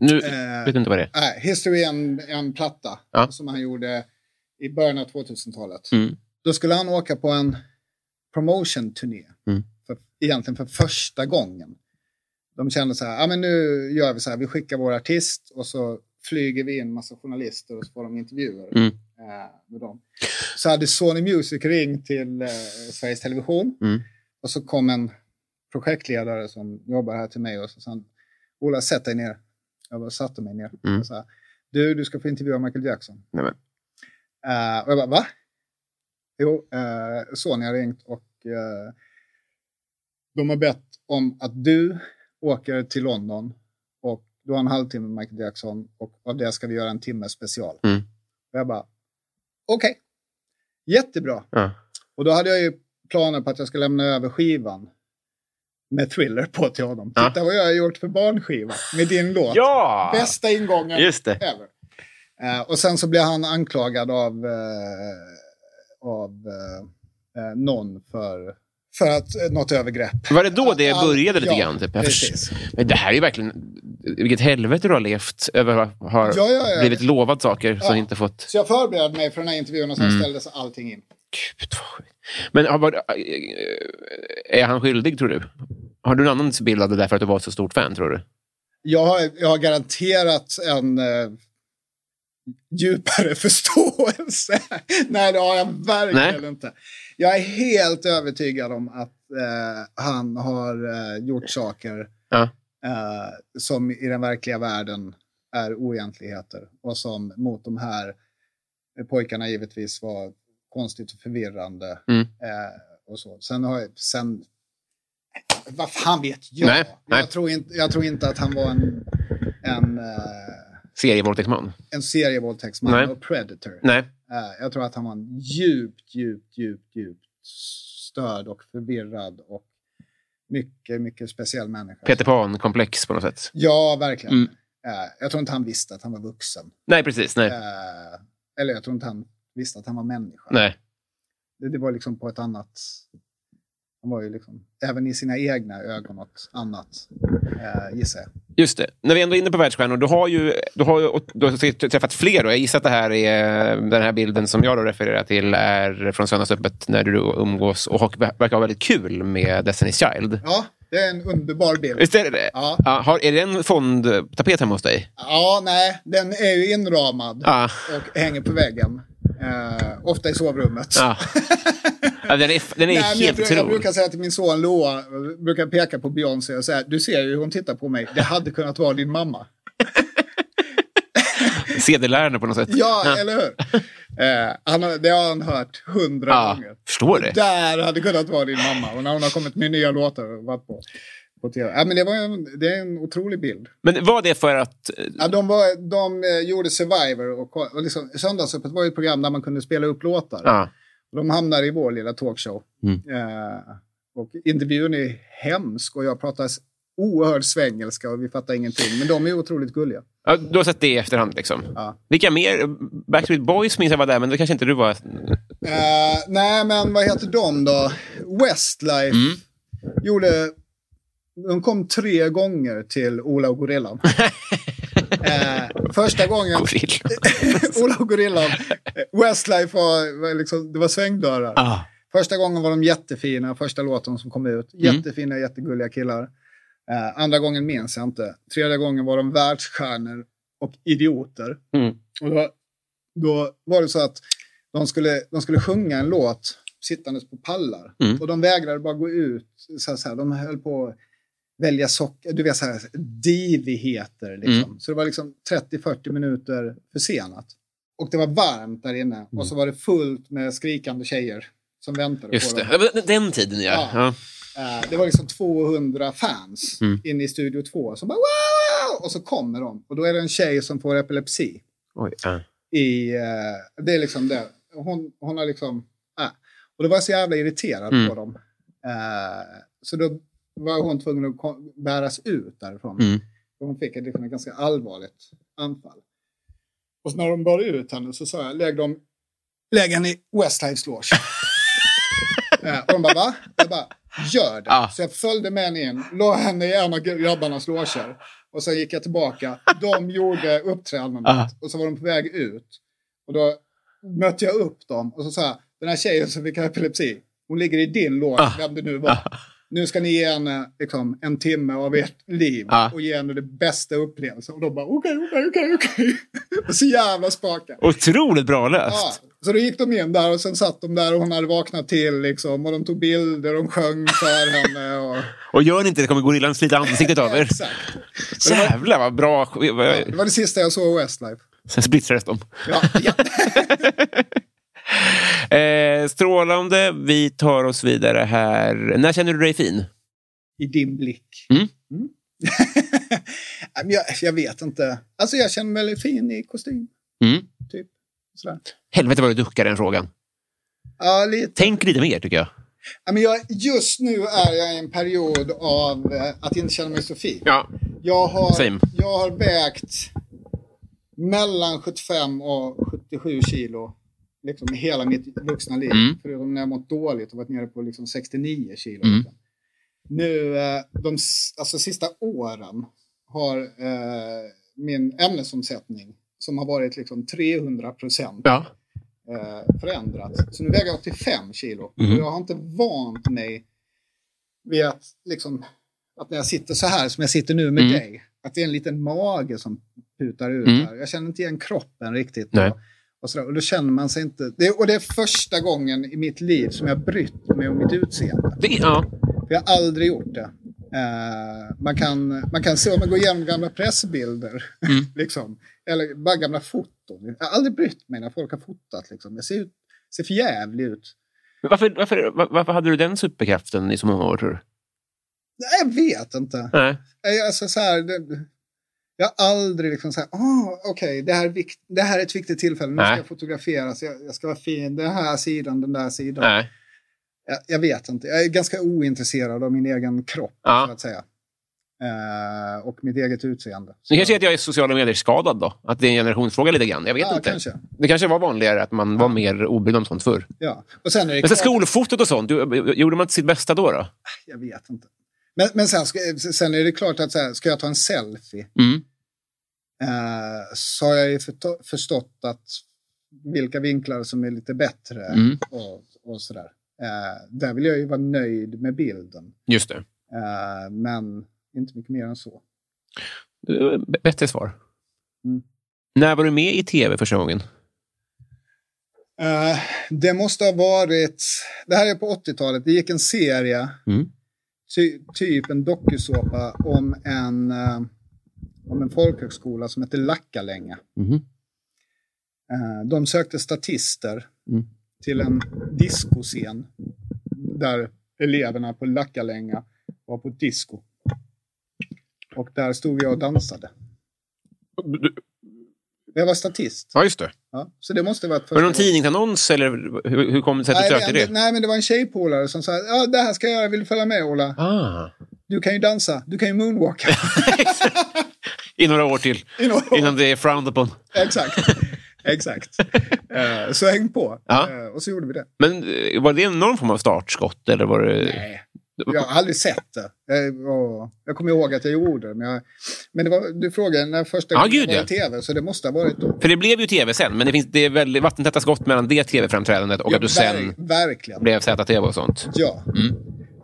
Nu
Eh.
vet inte vad det är.
nej, History är en, en platta
Ja.
som han gjorde i början av 2000-talet.
Mm.
Då skulle han åka på en promotion-turné,
Mm.
för, egentligen för första gången. De kände så här, ah, men nu gör vi så här, vi skickar vår artist och så flyger vi in massa journalister och så får de intervjuer
Mm.
eh, med dem. Så hade Sony Music ringt till eh, Sveriges Television
Mm.
och så kom en projektledare som jobbar här till mig och så sa han, Ola sätt dig ner. Jag bara satte mig ner.
Mm.
Och så här, Alltså, du, du ska få intervjua Michael Jackson.
Nej, men.
Eh, och jag bara, va? Jo, eh, Sony har ringt och eh, de har bett om att du åker till London och du har en halvtimme med Michael Jackson och av det ska vi göra en timme special.
Mm.
Och jag bara, okej, jättebra.
Ja.
Och då hade jag ju planer på att jag ska lämna över skivan med Thriller på till honom.
Ja.
Titta vad jag har gjort för barnskiva med din låt.
Ja!
Bästa ingången
Just det.
ever. Eh, och sen så blev han anklagad av, eh, av eh, eh, någon för, för att, eh, något övergrepp.
Var det då det
Ja,
började lite
ja,
grann? Typ? Jag
precis.
förs- Men det här är ju verkligen... Vilket helvete du har levt över att ha
Ja, ja, ja.
blivit lovad saker som
Ja.
inte fått...
Så jag förberedde mig för den här intervjun och sen
Mm.
ställdes allting in.
Gud, vad skit. Men har varit, är han skyldig, tror du? Har du en annan bild av det där för att du var ett så stort fan, tror du?
Jag har, jag har garanterat en eh, djupare förståelse. Nej, det har jag verkligen inte. Jag är helt övertygad om att eh, han har eh, gjort saker
Ja.
eh, som i den verkliga världen är oegentligheter och som mot de här Eh, pojkarna givetvis var konstigt och förvirrande.
Mm.
Eh, och så. Sen har jag, sen, vad fan vet jag?
Nej, nej.
Jag, tror inte, jag tror inte att han var en, en, eh,
Serievåldtäktsman?
en serievåldtäktsman
Nej.
och predator.
Nej.
Eh, jag tror att han var en djupt, djupt, djupt, djupt störd och förvirrad och mycket, mycket speciell människa.
Peter Pan-komplex på något sätt?
Ja, verkligen.
Mm.
Eh, jag tror inte han visste att han var vuxen.
Nej, precis. Nej.
Eh, eller jag tror inte han visste att han var människa.
Nej.
Det, det var liksom på ett annat... Han var ju liksom, även i sina egna ögon, något annat, eh, gissar jag.
Just det. När vi ändå är inne på världsstjärnor, du har ju, du har ju du har träffat fler. Då. Jag gissar att det här är, den här bilden som jag då refererar till är från Söndagsöppet när du umgås och har, verkar ha väldigt kul med Destiny's Child.
Ja, det är en underbar bild.
Visst är det det?
Ja.
har, är det en fondtapet hemma hos dig?
Ja, nej, den är ju inramad
Ja.
och hänger på väggen. Eh, ofta i sovrummet.
ja. Ja, den är, den är
Nej, men
helt
jag, bru- jag
otrolig.
brukar säga till min son Loa, jag brukar peka på Beyoncé och säga, du ser ju hur hon tittar på mig, det hade kunnat vara din mamma.
Sedelärande på något sätt.
Ja, eller hur? Eh, han har, det har han hört hundra
Ja,
gånger.
förstår det.
Där hade kunnat vara din mamma. Och när hon har kommit med nya låtar och varit på, på tv. Ja, men det, var en, det är en otrolig bild.
Men var det för att...
Ja, de, var, de eh, gjorde Survivor och, ko- och liksom, Söndagsöppet var ju ett program där man kunde spela upp låtar.
Ja.
De hamnade i vår lilla talkshow.
Mm.
Eh, och intervjun är hemsk och jag pratar s- oerhörd svengelska och vi fattar ingenting. Men de är otroligt gulliga.
Ja, du har sett det i efterhand liksom?
Ja.
Vilka mer? Backstreet Boys minns jag var där, men det kanske inte du var.
Eh, nej, men vad heter de då? Westlife gjorde... De kom tre gånger till Ola och Gorillan. Eh, första gången...
Gorilla.
Ola och Gorillan. Eh, Westlife var, var liksom... Det var svängdörrar.
Ah.
Första gången var de jättefina, första låten som kom ut. Jättefina, jättegulliga killar. Eh, andra gången minns jag inte. Tredje gången var de världsstjärnor. och idioter.
Mm.
Och då, då var det så att de skulle, de skulle sjunga en låt sittandes på pallar.
Mm.
Och de vägrade bara gå ut. Så här, så här, de höll på att välja socker, du vet så här divigheter. Liksom.
Mm.
Så det var liksom 30-40 minuter försenat. Och det var varmt där inne
Mm.
och så var det fullt med skrikande tjejer som väntade
Just
på dem.
det. Ja, men Den tiden, ja.
Ja.
ja.
Eh, Det var liksom 200 fans
Mm.
inne i Studio 2 som bara wow! Och så kommer de. Och då är det en tjej som får epilepsi.
Oj, ja.
I, eh, det är liksom det. Hon, hon har liksom... eh. Och då var jag så jävla irriterad på dem. Eh, så då var hon tvungen att kom, bäras ut därifrån.
Mm.
Och Hon fick ett, liksom, ett ganska allvarligt anfall. Och så när de bar ut henne så sa jag, lägg dem lägg henne i Westlives loge. Eh, och de bara, va? Jag bara, gör det.
Ah.
Så jag följde med henne in, la henne i en av grabbarnas loger. Och sen gick jag tillbaka. De gjorde uppträdandet
Ah.
och så var de på väg ut. Och då mötte jag upp dem och så sa jag, den här tjejen som fick epilepsi, hon ligger i din loge, vem det nu var. Nu ska ni ge henne liksom, en timme av ert liv
Ah.
och ge henne det bästa upplevelsen. Och de bara okej, okej, okej, okej. Och så jävla spaka.
Otroligt bra
Ja,
löst.
så då gick de in där och sen satt de där och hon hade vaknat till liksom. Och de tog bilder, de sjöng för henne och...
Och gör ni inte det kommer gorillan slita ansiktet av er.
Exakt.
Jävlar vad bra.
Det var det sista jag såg av Westlife.
Sen splittrades de.
Ja, ja.
Eh, strålande. Vi tar oss vidare här. När känner du dig fin?
I din blick.
Mm.
Mm. Nej, men jag, jag vet inte. Alltså jag känner mig fin i kostym.
Mm.
Typ. Sådär.
Helvete vad du duckar den frågan.
Ja, lite.
Tänk lite mer tycker jag.
Ja, men jag, just nu är jag i en period av eh, att inte känna mig så fin.
Ja.
Jag
Same.
har, jag har vägt mellan 75 och 77 kilo liksom hela mitt vuxna liv.
Mm.
Förutom när jag mått dåligt och varit nere på liksom 69 kilo.
Mm.
Nu, eh, de s- alltså, sista åren har eh, min ämnesomsättning som har varit liksom 300 procent
Ja.
eh, förändrats. Så nu väger jag 85 kilo.
Mhm.
Och jag har inte vant mig vid att, liksom, att när jag sitter så här som jag sitter nu med dig, att det är en liten mage som putar ut.
Mm.
Här. Jag känner inte igen kroppen riktigt.
Nej.
Och, och, sådär. och då känner man sig inte... Det, och det är första gången i mitt liv som jag brytt mig om mitt utseende.
Det, ja.
För jag har aldrig gjort det. Eh, man, kan, man kan se om man går igenom gamla pressbilder.
Mm.
liksom, eller bara gamla foton. Jag har aldrig brytt mig när folk har fotat. Liksom. Jag ser, ut, ser för jävlig ut.
Men Varför, varför, var- varför hade du den superkraften i så många år tror du?
Nej, jag vet inte.
Nej.
Jag, alltså, så här, det, jag har aldrig liksom så här, oh, okej, det, här är vikt- det här är ett viktigt tillfälle. Nu
Nej.
ska jag fotograferas, jag, jag ska vara fin. Den här sidan, den där sidan.
Nej.
Jag, jag vet inte. Jag är ganska ointresserad av min egen kropp,
Ja.
så att säga. Eh, och mitt eget utseende.
Så det kanske är att jag är sociala medier-skadad då? Att det är en generationsfråga lite grann? Jag vet
ja,
inte.
kanske.
Det kanske var vanligare att man var mer obrydd om sånt förr.
Ja. Och sen är det
Men sen
klart-
skolfotot och sånt, du- gjorde man inte sitt bästa då? då?
Jag vet inte. Men, men sen, ska- sen är det klart att så här, ska jag ta en selfie
Mm.
eh, så har jag ju förto- förstått att vilka vinklar som är lite bättre
Mm.
och, och sådär. Eh, där vill jag ju vara nöjd med bilden.
Just det.
Eh, men inte mycket mer än så.
Det var ett Bättre svar.
Mm.
När var du med i tv första gången?
Eh, det måste ha varit, det här är på 80-talet, det gick en serie,
Mm.
ty, typ en dokusåpa om en, eh, om en folkhögskola som hette Lackalänga.
Mhm.
Eh, De sökte statister
Mm.
till en discoscen där eleverna på Lackalänga var på disco. Och där stod jag och dansade. Jag var statist.
Ja, just det.
Ja, så det måste ha varit
Var det någon
första gången.
tidningsannons eller hur, hur kom det sig att du
Nej,
sökte
det,
det?
nej, men det var en tjejpolare som sa ja, det här ska jag göra, jag vill följa med Ola.
Ah.
Du kan ju dansa, du kan ju moonwalka.
I några år till.
I några år.
Innan det är frowned upon.
Exakt. Exakt. Eh, så häng på.
Ja.
Eh, och så gjorde vi det.
Men eh, var det någon form av startskott? Eller var det...
Nej. Jag har aldrig sett det. Jag, var- jag kommer ihåg att jag gjorde det. Men, jag, men det var, du frågade när första
Ja,
gången jag
gud,
var
ja.
i tv, så det måste ha varit då.
För det blev ju tv sen, men det, finns, det är väldigt vattentäta skott mellan det tv-framträdandet och att du
Ja, verk-
sen
Verkligen.
blev ZTV och sånt.
Ja.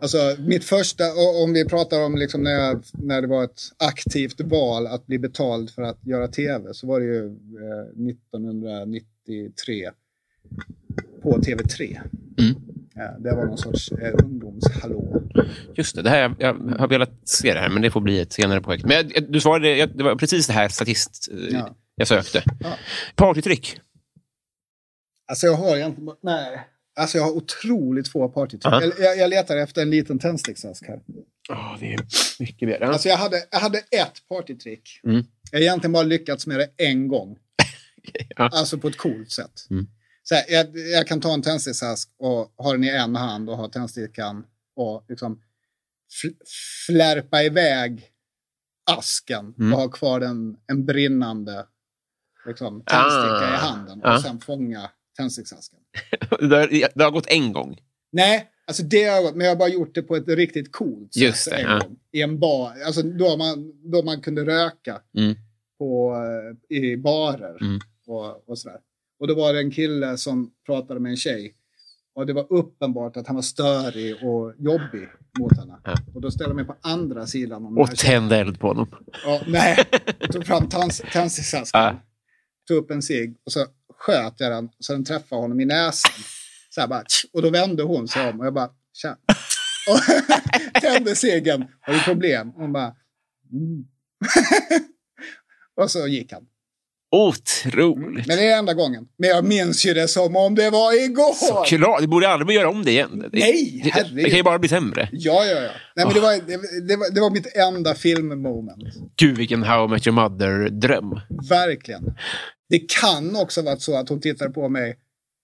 Alltså mitt första, o- om vi pratar om liksom när, jag, när det var ett aktivt val att bli betald för att göra tv, så var det ju eh, 1993 på TV3. Eh, det var någon sorts eh, ungdomshallå.
Just det, det här, jag har velat se det här, men det får bli ett senare projekt. Men jag, jag- du svarade, jag, det var precis det här statist eh,
Ja.
jag sökte.
Ja.
Partytrick.
Alltså jag har egentligen... bara- Nej. Alltså jag har otroligt få partytrick.
Aha.
Jag, jag, jag letar efter en liten tändsticksask här.
Ja, det är mycket mer. Ja.
Alltså jag hade, jag hade ett partytrick.
Mm.
Jag har egentligen bara lyckats med det en gång.
Ja.
Alltså på ett coolt sätt.
Mm.
Så här, jag, jag kan ta en tändsticksask och ha den i en hand och ha tändstickan och liksom fl- flärpa iväg asken
Mm.
och ha kvar den, en brinnande liksom, tändsticka
Ah.
i handen och
Ja.
sen fånga tändsticksasken.
Det, har, det har gått en
Mm,
gång.
Nej, alltså det har jag gått, men jag har bara gjort det på ett riktigt coolt sätt
Just det,
en
ja.
gång. I en bar, alltså då man, då man kunde röka
Mm.
på, eh, i barer
Mm.
och, och sådär. Och då var det en kille som pratade med en tjej och det var uppenbart att han var störig och jobbig mot henne.
Ja.
Och då ställde jag mig på andra sidan om den här
Och
tjejen.
tände eld på honom.
Ja, nej, jag tog fram tans- tändsticksasken,
Ja.
tog upp en cigg och så sköt jag den så den träffade honom i näsan. Så här bara, tsch, och då vände hon sig om och jag bara tja. Och tände ciggen. Har du problem? Hon bara mm. Och så gick han.
Otroligt.
Men det är enda gången. Men jag minns ju det som om det var igår.
Såklart, du borde aldrig göra om det igen. Det-
Mm. Nej,
det, det,
herregud.
det kan ju bara bli sämre.
Ja, ja, ja. Nej, men det, var, det, det, var, det var mitt enda filmmoment.
Gud, vilken How I Met Your Mother-dröm.
Verkligen. Det kan också ha varit så att hon tittade på mig.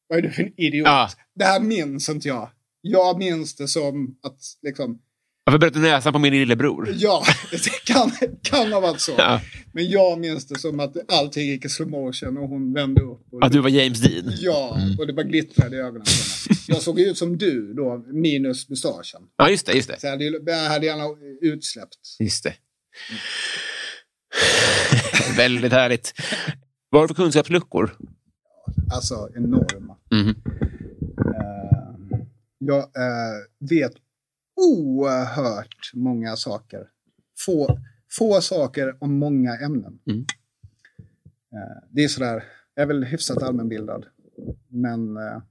Vad är du för en idiot?
Ja.
Det här minns inte jag. Jag minns det som att liksom,
Varför bröt du näsan på min lillebror?
ja, det kan, kan ha varit så.
Ja.
Men jag minns det som att allting gick i slow motion och hon vände upp. Och,
Att du Mm. var James Dean?
Ja, och det bara glittrade i ögonen på henne. Jag såg ut som du då, minus mustaschen.
Ja, just det. Just det.
Så jag hade, ju- jag hade gärna utsläppt.
Just det. Väldigt härligt. Vad har du för kunskapsluckor?
Alltså enorma.
Mhm.
Eh, jag eh, vet oerhört många saker. Få, få saker om många ämnen.
Mm.
Eh, det är sådär, jag är väl hyfsat allmänbildad, men eh,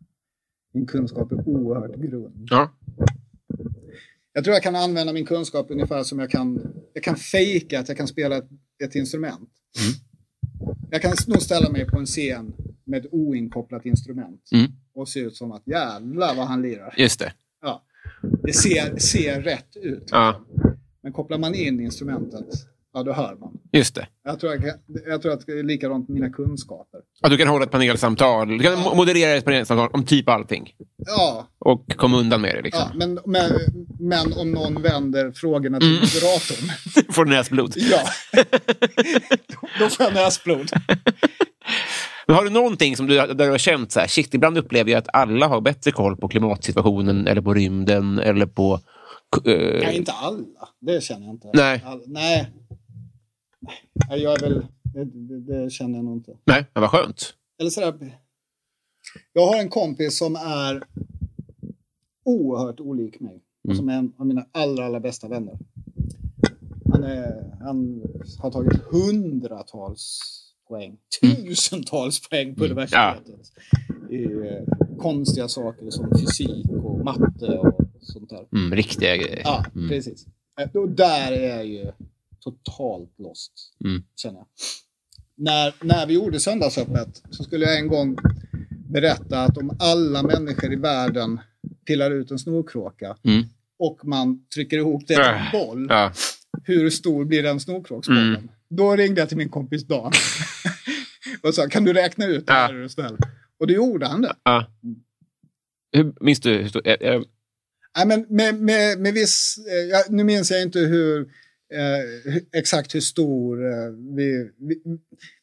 min kunskap är oerhört grund.
Ja.
Jag tror jag kan använda min kunskap ungefär som jag kan, jag kan fejka att jag kan spela ett, ett instrument. Jag kan nog ställa mig på en scen med ett oinkopplat instrument
Mm.
och se ut som att jävlar vad han lirar.
Just det.
Ja. Det ser, ser rätt ut.
Ja,
Men kopplar man in instrumentet, ja då hör man.
just det.
Jag tror, jag, kan- jag tror att det är likadant med mina kunskaper.
Att du kan hålla ett panelsamtal. Du kan mo- moderera ett panelsamtal om typ allting.
Ja,
Och komma undan med det.
ja
Liksom.
men, men, men om någon vänder frågorna till moderatorn.
Får näsblod.
Ja. Då får jag näsblod.
Men har du någonting som du, där du har känt så här, shit, ibland upplever jag att alla har bättre koll på klimatsituationen eller på rymden eller på... eh,
Nej, inte alla. Det känner jag inte.
Nej.
All, nej. Nej, Jag är väl... Det, det, det känner jag nog inte.
nej, men vad skönt.
Eller sådär. Jag har en kompis som är oerhört olik mig. Och som är en av mina allra, allra bästa vänner. Han, är, han har tagit hundratals poäng, tusentals poäng på universitetet. I eh, konstiga saker som fysik och matte och sånt där.
Mm, riktiga grejer. Mm.
Ja, precis. Eh, Och där är jag ju totalt lost,
Mm.
känner jag. När, när vi gjorde Söndagsöppet så skulle jag en gång berätta att om alla människor i världen pillar ut en snorkråka
Mm.
och man trycker ihop det i
Äh,
en boll,
Ja. Mm.
hur stor blir den snorkråksbollen? Då ringde jag till min kompis Dan och sa, kan du räkna ut det här
Ja.
är du snäll? Och då gjorde han det.
Ja. Hur, minns du? hur stor- eh, eh,
Nej, men med, med, med viss, eh, jag, nu minns jag inte hur, eh, hu- exakt hur stor eh, vi, vi,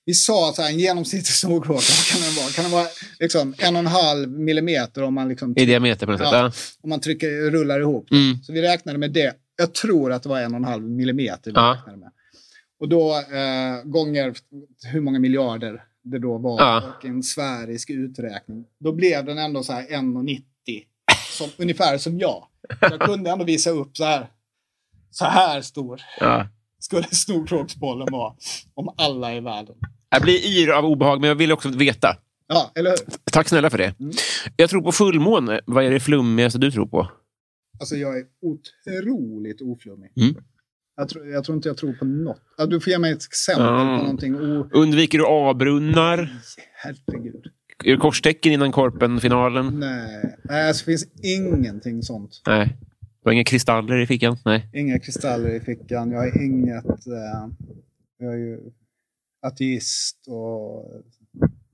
vi sa att en genomsnittlig snorkråka, vad kan den vara? Kan den vara liksom, en och en halv millimeter om man, liksom,
I diameter på något sätt?
Ja.
Ja.
om man trycker, rullar ihop? det?
Mm.
Så vi räknade med det. Jag tror att det var en och en halv millimeter vi
Ja.
räknade med. Och då eh, gånger hur många miljarder det då var
Ja.
och en sfärisk uträkning. Då blev den ändå så här 1,90 som, ungefär som jag. Jag kunde ändå visa upp så här, så här stor
Ja.
skulle snorkråksbollen vara om alla i världen.
Jag blir yr av obehag, men jag vill också veta.
Ja, eller hur?
Tack snälla för det. Jag tror på fullmåne. Vad är det flummigaste du tror på?
Alltså jag är otroligt oflummig.
Mm.
Jag, tror, jag tror inte jag tror på något. Ja, du får ge mig ett exempel
Ja.
på någonting. Oh,
Undviker du A-brunnar?
herregud.
Är det korstecken innan korpen-finalen?
Nej, Nej alltså, det finns ingenting sånt.
Nej. Du har inga kristaller i fickan? Nej.
Inga kristaller i fickan. Jag är inget... Eh, jag är ju ateist och...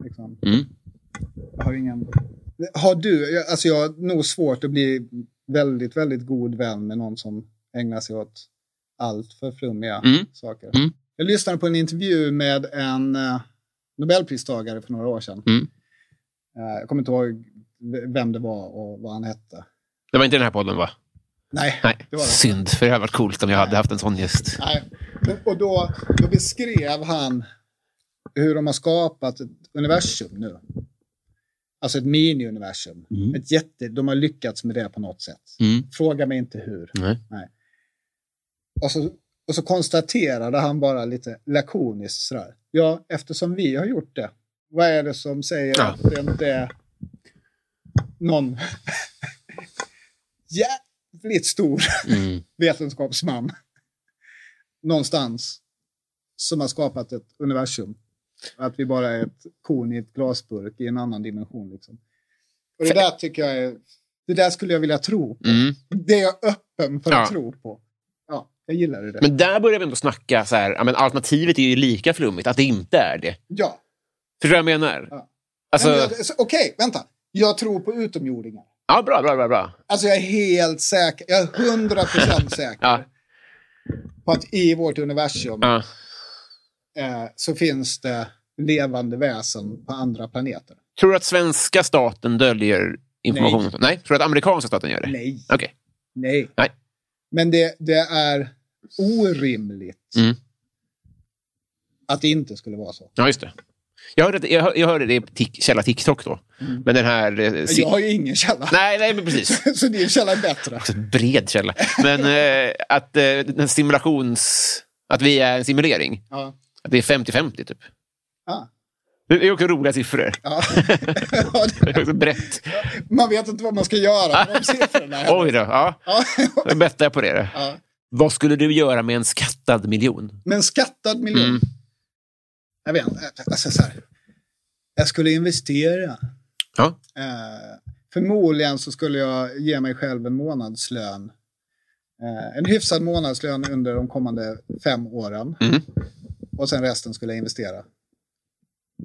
Liksom,
Mm.
jag har ingen... Har du... jag- Alltså jag har nog svårt att bli väldigt, väldigt god vän med någon som ägnar sig åt allt för flummiga
Mm.
saker.
Mm.
Jag lyssnade på en intervju med en eh, Nobelpristagare för några år sedan.
Mm.
Eh, jag kommer inte ihåg v- vem det var och vad han hette.
Det var inte den här podden, va?
Nej,
Nej.
det var det.
Synd, för det hade varit coolt om jag hade haft en sån gäst.
Nej. Men- Och då, då beskrev han hur de har skapat ett universum nu. Alltså ett mini-universum. Ett jätte, de har lyckats med det på något sätt.
Mm.
Fråga mig inte hur.
Nej.
Och så, och så konstaterade han bara lite lakoniskt sådär. Ja, eftersom vi har gjort det, vad är det som säger
Ja.
att det inte är någon jävligt stor
Mm.
vetenskapsman någonstans som har skapat ett universum. Att vi bara är ett korn i ett glasburk i en annan dimension. Liksom. Och det där tycker jag är... Det där skulle jag vilja tro på.
Mm.
Det är jag öppen för att
Ja.
tro på. Ja, jag gillar det. där.
Men där börjar vi ändå snacka så här, ja, men alternativet är ju lika flummigt, att det inte är det.
ja.
Förstår du vad jag menar?
Ja.
Alltså,
Men jag- så- Okej, vänta. Jag tror på utomjordingar.
ja, bra, bra, bra. bra.
Alltså jag är helt säker. Jag är hundra procent säker
Ja,
på att i vårt universum
ja.
eh, så finns det levande väsen på andra planeter.
Tror du att svenska staten döljer information? Nej. Tror du att amerikanska staten gör det?
Nej.
Okej.
Nej.
Nej.
Men det, det är orimligt
Mm.
att det inte skulle vara så.
Ja, just det. Jag hörde, det- jag hör- jag hörde det i Tik- källa TikTok då. Men den här... eh, si-
Mm. Jag har ju ingen källa,
Nej, nej, men precis.
så din källa är bättre.
Också en bred källa. Men eh, att eh, den simulations... Att vi är en simulering.
Ja.
Att det är 50-50 typ.
Ah.
Det är också roliga siffror.
Ja. Ja,
Det
det-
är också brett.
Man vet inte vad man ska göra med de siffrorna.
Oj då. Ja.
Ja.
Då bettar jag på det. då.
Ja.
Vad skulle du göra med en skattad miljon?
Men skattad miljon?
Mm.
Jag vet inte. Alltså, så här. Jag skulle investera.
Ja.
Eh, förmodligen så skulle jag ge mig själv en månadslön. Eh, en hyfsad månadslön under de kommande fem åren.
Mm.
Och sen resten skulle jag investera.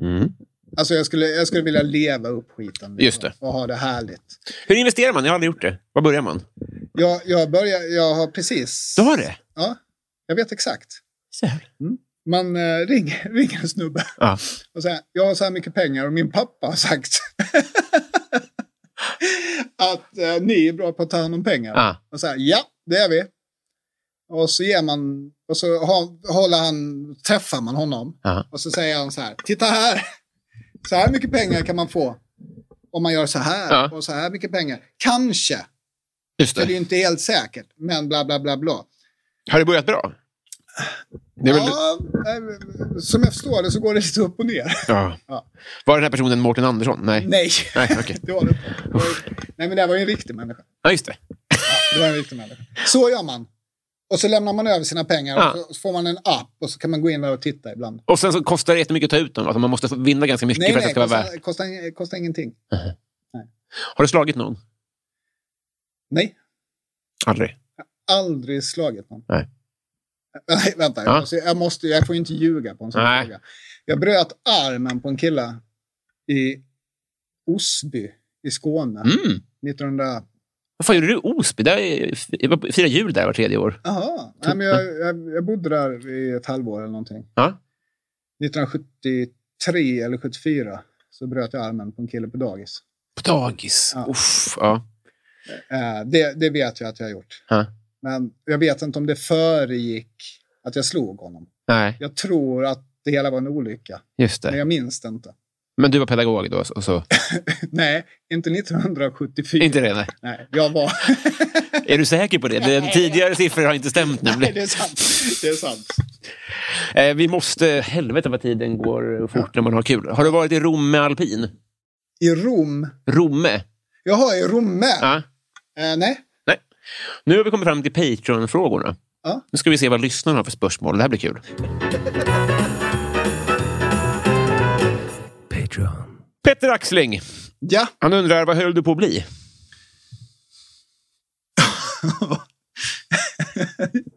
Mm.
Alltså jag skulle, jag skulle vilja leva upp skiten. liksom.
Just det.
Och ha det härligt.
Hur investerar man? Jag har aldrig gjort det. Var börjar man?
Jag, jag, börjar, jag har precis...
Du har det?
Ja, jag vet exakt.
Så här.
Man eh, ringer, ringer en snubbe
Ja.
och säger jag har så här mycket pengar och min pappa har sagt att eh, ni är bra på att ta hand om pengar.
Ja.
Och så här, ja, det är vi. Och så ger man, och så har- håller han, träffar man honom.
Ja.
Och så säger han så här, titta här! Så här mycket pengar kan man få. Om man gör så här
Ja.
och så här mycket pengar. Kanske,
Just
för det är ju
det.
inte helt säkert. Men bla bla bla bla.
Har det börjat bra? Det är väl...
Ja, eh, som jag förstår det så går det lite upp och ner.
Ja.
Ja.
Var den här personen Mårten Andersson? Nej.
Nej,
Nej, okej.
det var det inte. Det var ju- Nej, men det här var ju en riktig människa.
Ja, just det.
Det var en riktig människa. Så gör man. Och så lämnar man över sina pengar
Ja.
och så får man en app och så kan man gå in där och titta ibland.
Och sen så kostar det jättemycket att ta ut dem. Alltså man måste vinna ganska mycket
Nej,
för att
nej,
det ska vara värt.
kostar, kostar, kostar ingenting.
Har du slagit någon?
Nej,
Aldrig.
aldrig slagit någon.
Nej.
Nej, vänta.
Ja.
Jag, måste, jag, måste, jag får ju inte ljuga på en sån
Nej.
fråga. Jag bröt armen på en kille i Osby i Skåne.
Mm.
1900...
Vad fan gjorde du i Osby? Där är- Jag firar jul där var tredje år.
Jaha,
Typ,
Nej, men jag, jag, jag bodde där i ett halvår eller någonting.
Ja.
1973 eller 74 så bröt jag armen på en kille på dagis.
På dagis.
Ja.
Uff, ja.
Eh, det, det vet jag att jag har gjort.
Ja.
Men jag vet inte om det föregick att jag slog honom.
Nej,
Jag tror att det hela var en olycka,
just
men
det.
jag minns det inte.
Men du var pedagog då? Och så.
Nej, inte 1974.
Inte det? Nej.
Nej, jag var...
Är du säker på det? det? Tidigare siffror har inte stämt.
Nej, det
nämligen.
är sant. Det är sant.
Eh, Vi måste... Helvete vad tiden går fort när man har kul. Har du varit i Rom med alpin?
I Rom.
Romme?
Jaha, i Romme?
Ja.
Eh, nej.
Nej. Nu har vi kommit fram till Patreon-frågorna.
Ja.
Nu ska vi se vad lyssnarna har för spörsmål. Det här blir kul.
Patreon.
Petter Axling,
Ja.
han undrar vad höll du på att bli?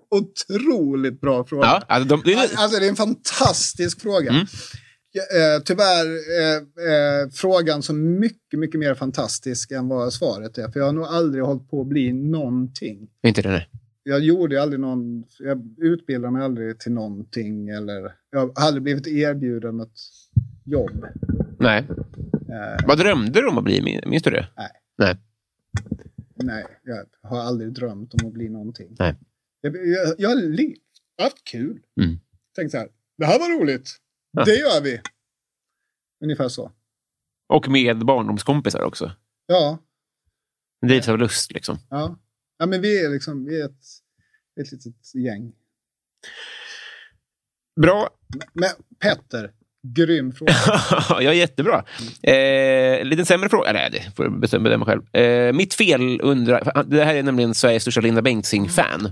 Otroligt bra fråga.
Ja, alltså de, det Mm. är,
Al- Alltså det är en fantastisk fråga. Ja, eh, tyvärr eh, eh, frågan så mycket, mycket mer fantastisk än vad svaret är. För jag har nog aldrig hållit på att bli någonting.
inte det, nej.
Jag gjorde ju aldrig någon, jag utbildade mig aldrig till någonting eller jag har aldrig blivit erbjuden ett jobb.
nej. Vad drömde du om att bli? Min- Minns du det?
Eh. Nej.
Nej.
Nej, jag har aldrig drömt om att bli någonting.
Nej.
Jag, jag, jag har le- haft kul.
Mm.
Tänkt så här, det här var roligt.
Ja.
Det gör vi. Ungefär så.
Och med barndomskompisar också.
Ja,
Det drivs av lust liksom.
ja. ja men vi är liksom vi är ett, ett litet gäng.
Bra.
Men Petter, grym fråga.
ja, jättebra. Eh, lite sämre fråga. Nej, det får du bestämma bedöma själv. Eh, mitt fel undrar... för han- Det här är nämligen Sveriges största Linda Bengtzing-fan.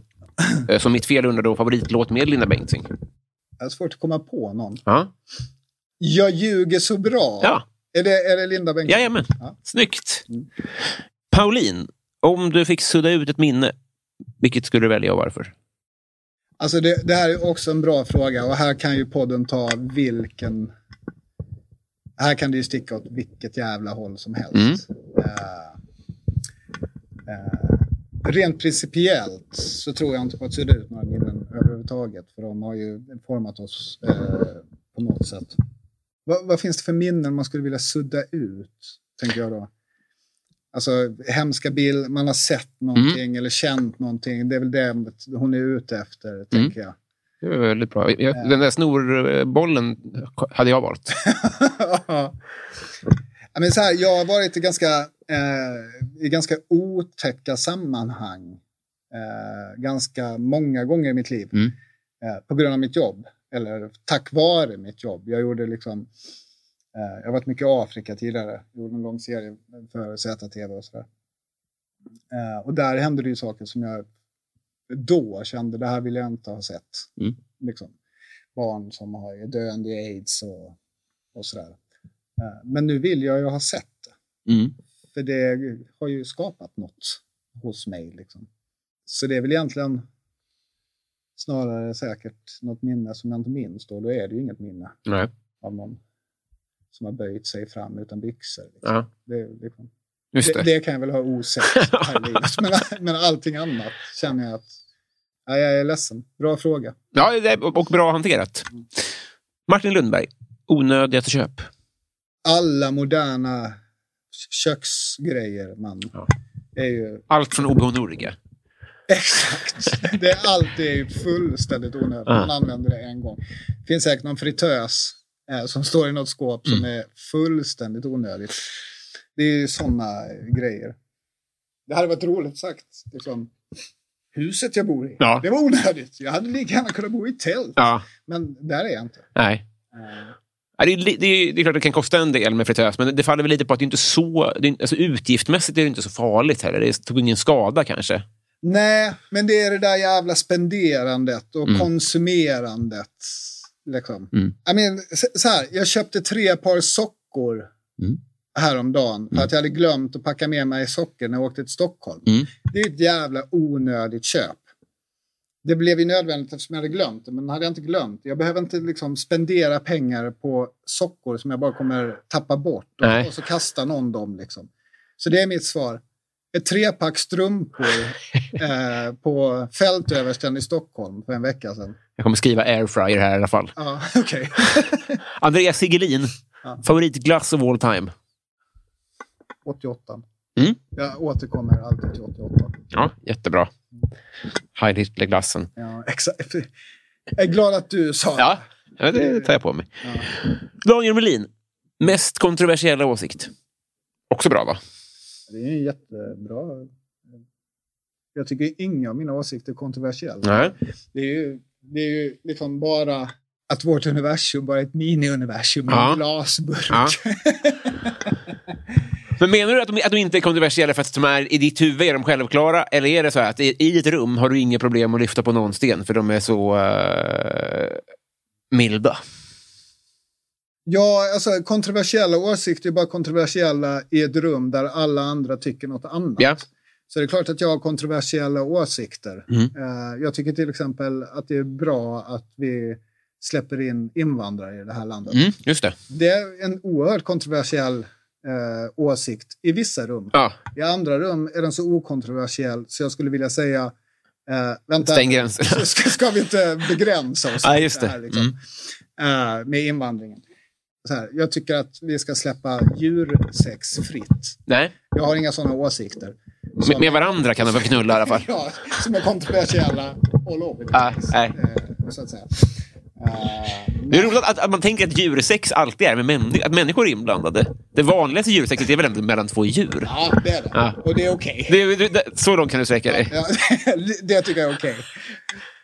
Eh, Så mitt fel undrar då favoritlåt med Linda Bengtzing.
Jag har svårt att komma på någon.
Ja.
Jag ljuger så bra.
Ja.
Är, det, är det Linda Bengtsson?
Jajamän. Snyggt. Pauline, om du fick sudda ut ett minne, vilket skulle du välja och varför?
Alltså det, det här är också en bra fråga och här kan ju podden ta vilken... Här kan det ju sticka åt vilket jävla håll som helst. Eh, eh, rent principiellt så tror jag inte på att sudda ut några minnen överhuvudtaget för de har ju format oss eh, på något sätt. Vad- vad finns det för minnen man skulle vilja sudda ut? Tänker jag då. Alltså hemska bild, man har sett någonting eller känt någonting. Det är väl det hon är ute efter, tänker jag.
Det var väldigt bra. Jag, den där snorbollen hade jag valt.
Ja, men så här, jag har varit i ganska, eh, i ganska otäcka sammanhang eh, ganska många gånger i mitt liv.
Mm.
Eh, på grund av mitt jobb, eller tack vare mitt jobb. Jag gjorde liksom... Eh, jag har varit mycket i Afrika tidigare. Jag gjorde en lång serie för ZTV och sådär. Eh, och där hände det ju saker som jag då kände, det här vill jag inte ha sett.
Mm.
Liksom, barn som har är döende i aids och och sådär. Eh, Men nu vill jag ju ha sett det,
Mm.
för det har ju skapat något hos mig. Liksom. Så det är väl egentligen snarare säkert något minne som jag inte minns då. Då är det ju inget minne
Nej.
av någon som har böjt sig fram utan byxor. Liksom.
Ja,
Det, är ju liksom,
just
det,
det.
det kan jag väl ha osett här i livet. men, men allting annat känner jag att ja, jag är ledsen. Bra fråga.
Ja, det är- och bra hanterat. Martin Lundberg, onödigaste köp.
Alla moderna köksgrejer man
Ja.
är ju
Allt från obehonoriga.
Exakt. Det är allt är ju fullständigt onödigt. Man
Ja.
använder det en gång. Det finns säkert någon fritös eh, som står i något skåp som
Mm.
är fullständigt onödigt. Det är ju sådana grejer. Det hade varit roligt sagt. Liksom, huset jag bor i,
Ja.
det var onödigt. Jag hade lika gärna kunnat bo i tält.
Ja.
Men där är jag inte.
Nej. Eh. Ja, Det är, li- det, är, det är klart att det kan kosta en del med fritös, men det faller väl lite på att det är inte så... Det är, inte- alltså utgiftmässigt är det inte så farligt heller. Det tog ingen skada kanske.
Nej, men det är det där jävla spenderandet och
Mm.
konsumerandet. Liksom.
Mm.
I mean, så- så här, jag köpte tre par sockor
Mm.
häromdagen för att jag hade glömt att packa med mig socker när jag åkte till Stockholm.
Mm.
Det är ett jävla onödigt köp. Det blev ju nödvändigt eftersom jag hade glömt det, men hade jag inte glömt det, jag behöver inte liksom spendera pengar på sockor som jag bara kommer tappa bort och,
Nej.
och så kastar någon dem. Liksom. Så det är mitt svar. Ett trepack strumpor eh, på fältöversten i Stockholm för en vecka sedan.
Jag kommer skriva airfryer här i alla fall.
Ja, okej.
Andreas Sigelin,
Ja.
favoritglass of all time.
88.
Mm.
Jag återkommer alltid till 88.
Ja, jättebra. Heil Hitler-glassen.
Ja, exakt. Jag är glad att du sa det.
Ja, det tar jag på mig.
Ja.
Daniel Melin, Mest kontroversiella åsikt. Också bra, va?
Det är ju jättebra. Jag tycker inga av mina åsikter är kontroversiella.
Nej.
Det är ju, det är ju liksom bara att vårt universum bara är ett mini-universum med
Ja.
en glasburk.
Ja. Men menar du att de, att de inte är kontroversiella för att de är, i ditt huvud är de självklara? Eller är det så här att i, i ett rum har du inga problem att lyfta på någon sten för de är så eh, milda?
Ja, alltså kontroversiella åsikter är bara kontroversiella i ett rum där alla andra tycker något annat.
Ja.
Så det är klart att jag har kontroversiella åsikter.
Mm.
Eh, Jag tycker till exempel att det är bra att vi släpper in invandrare i det här landet.
Mm, just det.
Det är en oerhört kontroversiell eh, åsikt i vissa rum.
Ja,
I andra rum är den så okontroversiell så jag skulle vilja säga, eh, vänta,
stäng gränserna.
ska, ska vi inte begränsa oss?
Ja, just det. Mm.
här, liksom, eh, med invandringen. Så här, jag tycker att vi ska släppa djursex fritt.
Nej,
Jag har inga sådana åsikter.
med, med varandra kan de väl knulla i alla fall.
Ja, som är kontroversiella all over the
Ja,
place,
Ah, nej.
eh, så att säga. Eh,
Det är roligt att, att man tänker att djursex alltid är med män, att människor är inblandade. Det vanligaste djursexet är väl ändå mellan två djur?
ja, det är det.
Ja.
Och det är okej.
Det, är- det, Ah. det, så långt kan du sträcka dig.
Ja, det tycker jag är okej.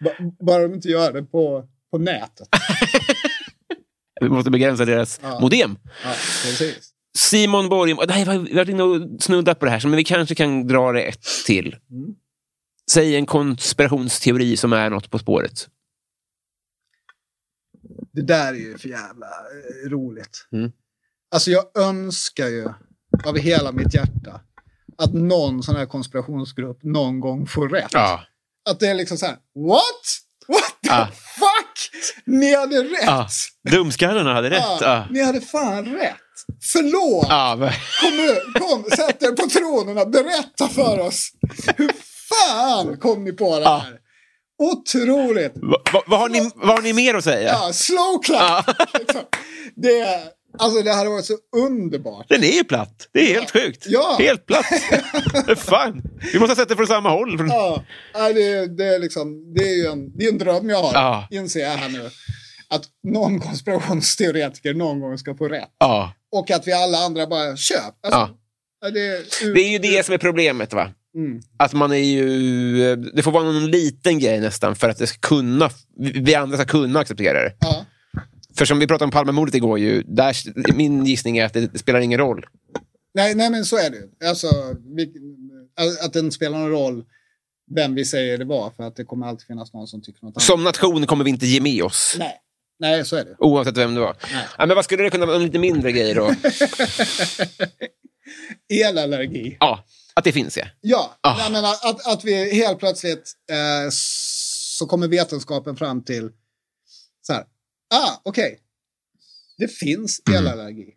B- Bara de inte gör det på, på nätet.
Vi måste begränsa deras modem.
Ja, precis.
Simon Borgum, och det här, vi har varit inne och snuddat på det här, men vi kanske kan dra det ett till. Säg en konspirationsteori som är något på spåret.
Det där är ju för jävla eh, roligt.
Mm.
Alltså jag önskar ju av hela mitt hjärta att någon sån här konspirationsgrupp någon gång får rätt. Att det är liksom så här, what? What the
Ja.
fuck? Ni hade rätt!
Ah. Dumskallarna hade rätt.
Ja,
Ja.
Ni hade fan rätt! Förlåt!
Ja, men-
Kom nu, kom, sätt er på tronerna, berätta för oss. Hur fan kom ni på det här? Otroligt!
Va- va- Vad har, ni- vad har ni mer att säga?
Ja, slow clap! Liksom. Det, alltså, det hade varit så underbart.
Den är ju platt. Det är helt sjukt.
Ja.
Helt platt. Fan. Vi måste ha sett det från samma håll. Från...
Ja, nej, det, det, är liksom, det är ju en, det är en dröm jag har,
Ja.
inser jag här nu. Att någon konspirationsteoretiker någon gång ska få rätt.
Ja.
Och att vi alla andra bara köp. Alltså, ja. det, är-
Det är ju det som är problemet. va?
Mm.
Att man är ju... eh, Det får vara någon liten grej nästan för att det ska kunna, vi andra ska kunna acceptera det.
Ja.
För som vi pratade om Palmemordet igår, ju, där, min gissning är att det spelar ingen roll.
Nej, nej, men så är det ju. alltså, vi, Att det inte spelar någon roll vem vi säger det var, för att det kommer alltid finnas någon som tycker något annat.
Som nation kommer vi inte ge med oss,
Nej. nej, så är det.
oavsett vem det var. Ja, men vad skulle det kunna vara? En lite mindre grej då?
Elallergi.
ja, att det finns, ja.
Ja,
Ah.
jag menar, att, att vi helt plötsligt eh, så kommer vetenskapen fram till så här, ah, okej, det finns
Mm.
elallergi.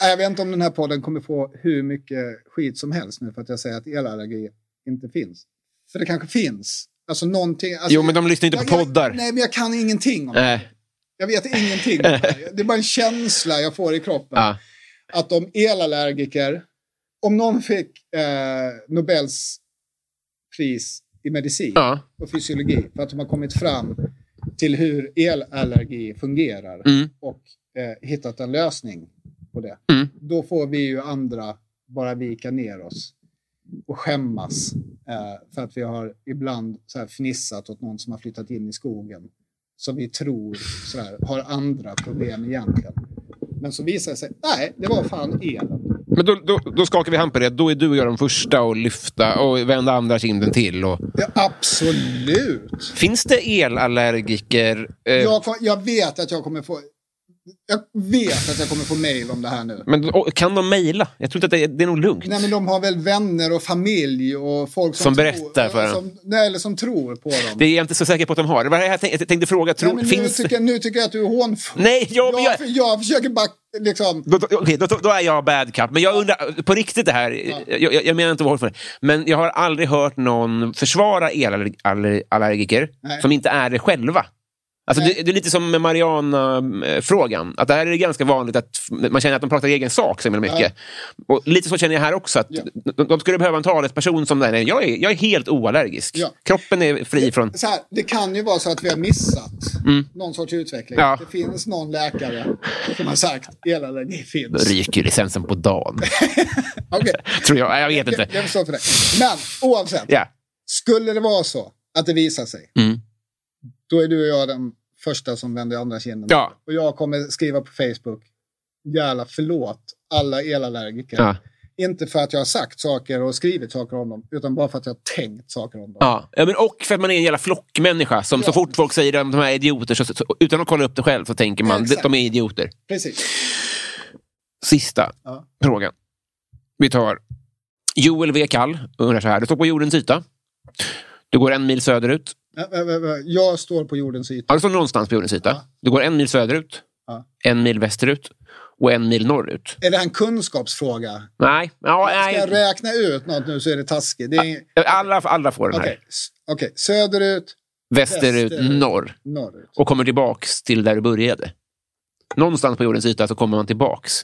Nej, Jag vet inte om den här podden kommer få hur mycket skit som helst nu för att jag säger att elallergi inte finns. För det kanske finns. Alltså någonting. Alltså,
Jo, men de lyssnar inte på
Jag- jag-
poddar. Eh.
Nej, men jag kan ingenting om det.
Nej.
Jag vet ingenting. om det. Det är bara en känsla jag får i kroppen
Ja.
att om elallergiker, om någon fick eh, Nobels pris i medicin
Ja.
och fysiologi för att de har kommit fram till hur elallergi fungerar
Mm.
och eh, hittat en lösning på det,
Mm.
då får vi ju andra bara vika ner oss och skämmas eh, för att vi har ibland så här fnissat åt någon som har flyttat in i skogen som vi tror så här, har andra problem egentligen. Men så visar det sig, nej, det var fan elen.
Men då, då, då skakar vi hand på det. Då är du och jag de första att lyfta och vända andra kinden till. Och...
Ja, absolut!
Finns det elallergiker? Eh,
Jag, får- jag vet att jag kommer få... Jag vet att jag kommer få mejl om det här nu.
Men, och, kan de mejla? Jag tror inte att det, är- det är nog lugnt.
Nej, men de har väl vänner och familj och folk som,
Som berättar för dem.
som, Nej, eller som tror på dem.
Det är jag inte så säker på att de har. Det var det här jag tänkte, jag tänkte fråga. Tror,
Nej, men nu,
finns det?
tycker, nu tycker jag att du är hånfull.
Nej, jag,
jag,
jag,
för jag försöker bara liksom...
Då, då, okej, då, då är jag bad cup, men jag undrar, på riktigt det här, jag, jag, jag menar inte att vara för det, men jag har aldrig hört någon försvara elallergiker
Nej.
som inte är det själva. Alltså, det, det är lite som med Mariana-frågan. Att där är det ganska vanligt att f- man känner att de pratar egen sak så himla mycket. Och lite så känner jag här också. att
Ja.
de, de skulle behöva en talesperson som den. Jag är, jag är helt oallergisk.
Ja.
Kroppen är fri från...
Så här, det kan ju vara så att vi har missat någon sorts utveckling.
Mm. Ja.
Det finns någon läkare som har sagt elallergi
Då
finns.
ryker licensen på dagen.
Okej,
Tror jag. Nej, Jag vet
jag,
inte.
jag förstår för det. Men oavsett,
Ja.
skulle det vara så att det visar sig,
Mm.
då är du och jag den första som vänder andra kinden.
Ja.
Och jag kommer skriva på Facebook, jävla förlåt alla elallergiker.
Ja.
Inte för att jag har sagt saker och skrivit saker om dem, utan bara för att jag har tänkt saker om dem.
Ja. Ja, men och för att man är en jävla flockmänniska. Som Så fort folk säger att de här är idioter, så, så, utan att kolla upp det själv, så tänker man
Exakt.
att de är idioter.
Precis.
Sista
Ja.
frågan. Vi tar Joel W. Kall. Undrar så här. Du står på jordens yta. Du går en mil söderut.
Ä- ä- ä- Jag står på jordens yta.
Ja, du står någonstans på jordens yta.
Ja.
Du går en mil söderut,
Ja.
en mil västerut och en mil norrut.
Är det här en kunskapsfråga?
Nej. Ja,
Ska jag
nej.
räkna ut något nu så är det taskigt. Det är...
Alla, alla får den här.
Okej, S- okej. söderut,
Västerut,
Västerut.
norr.
norrut.
Och kommer tillbaks till där du började. Någonstans på jordens yta så kommer man tillbaks.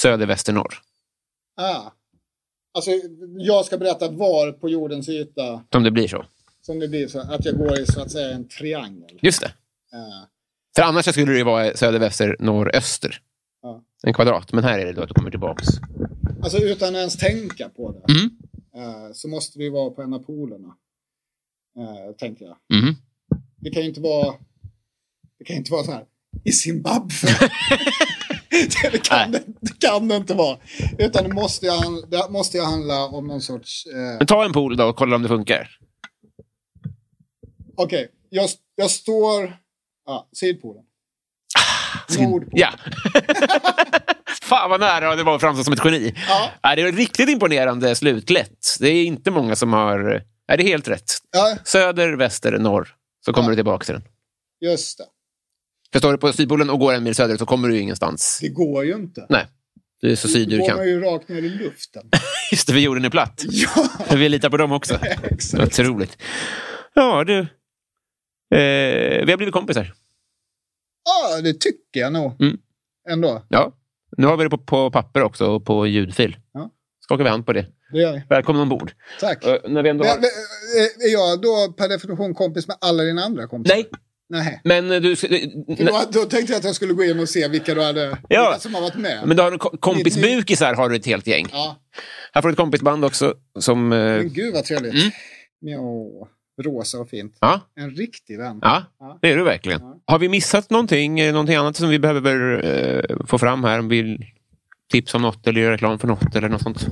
Söder, väster, norr.
Ah. Alltså, jag ska berätta var på jordens yta
Om det blir så.
som det blir så att jag går i så att säga en triangel.
Just det.
Eh,
För annars så skulle det ju vara söder, väster, norr, öster.
Ja.
En kvadrat. Men här är det då att du kommer tillbaks.
alltså utan att ens tänka på det
Mm.
eh, så måste vi vara på en av polerna. Eh, tänker jag.
Mm.
Det kan ju inte vara... Det kan ju inte vara så här i Zimbabwe. det, kan, det, kan det inte vara. Utan det måste ju, han- det måste ju handla om någon sorts... Eh,
Men ta en pool då och kolla om det funkar.
Okej, jag, jag står... Ja, Sydpolen.
Ah,
Nordpolen.
Ja. Fan vad nära det var att framstå som ett geni.
Ja.
Nej, det är riktigt imponerande slutlätt. Det är inte många som har... Nej, det är helt rätt.
Ja,
Söder, väster, norr. Så kommer
Ja.
du tillbaks till den.
just det.
För står du på Sydpolen och går en mil söderut så kommer du ingenstans.
Det går ju inte.
Nej. Du är så syd du
Då går man
kan.
ju rakt ner i luften.
Just det, för jorden är platt.
ja,
Vi litar på dem också.
exakt.
Otroligt. Ja, du. Eh, vi har blivit kompisar.
Ja, det tycker jag nog.
Mm.
Ändå.
Ja. Nu har vi det på, på papper också och på ljudfil.
Ja.
Skakar vi hand på det.
Det gör vi.
Välkommen ombord.
Tack.
Eh, när vi ändå
Men,
har...
men, eh, är jag då per definition kompis med alla dina andra kompisar?
Nej,
Nej.
men eh, du...
För Då, då tänkte jag att jag skulle gå in och se vilka, du hade,
Ja.
vilka som har varit med.
Men du har en ko- kompisbukisar har du ett helt gäng.
Ja.
Här får du ett kompisband också som... eh,
Men gud vad trevligt.
Mm.
Ja, rosa och fint.
Ja,
En riktig vän.
ja,
Ja.
det är du verkligen. Har vi missat någonting? Är det Någonting annat som vi behöver eh, få fram här? Om vi vill tipsa om något eller göra reklam för något eller något sånt.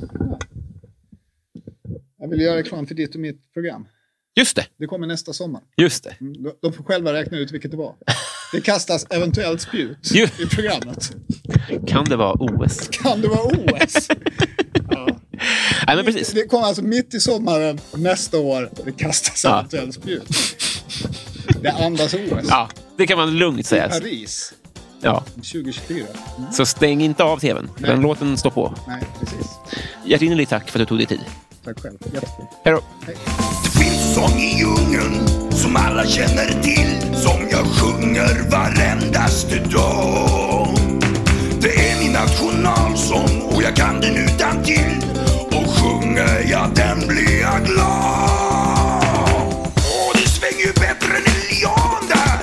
Jag vill göra reklam för ditt och mitt program.
Just det,
Det kommer nästa sommar.
just det.
Mm, de- De får själva räkna ut vilket det var. Det kastas eventuellt spjut
Ju-
i programmet.
Kan det vara OS?
Kan det vara OS?
Nej, men precis.
Det kommer alltså mitt i sommaren nästa år. Det kastas
Ja.
eventuellt spjut. Det andas OS.
Ja, det kan man lugnt säga.
Paris
Ja.
2024.
Så stäng inte av tvn, utan låt den stå på.
Nej, precis.
Hjärtinnerligt tack för att du tog dig tid.
Tack själv. Jättekul.
Hej då.
Det finns sång i djungeln som alla känner till Som jag sjunger varendaste dag Det är min nationalsång och jag kan den utan till Och sjunger jag den blir jag glad Och det svänger ju bättre än en lian där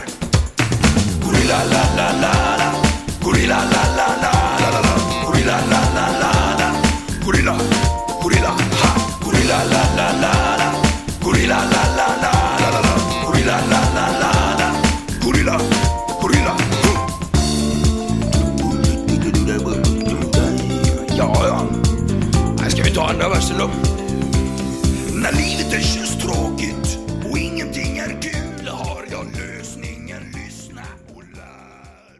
Gorilla la la la la Gorilla la la la la la la Gorilla la la la la Gorilla, gorilla ha Gorilla la la la la Gorilla la la la la la la Gorilla la la la la Gorilla, gorilla huh. Ja, ja Här ska vi ta andra versen då När livet är just tråkigt och ingenting är kul har jag lösningen lyssna och lär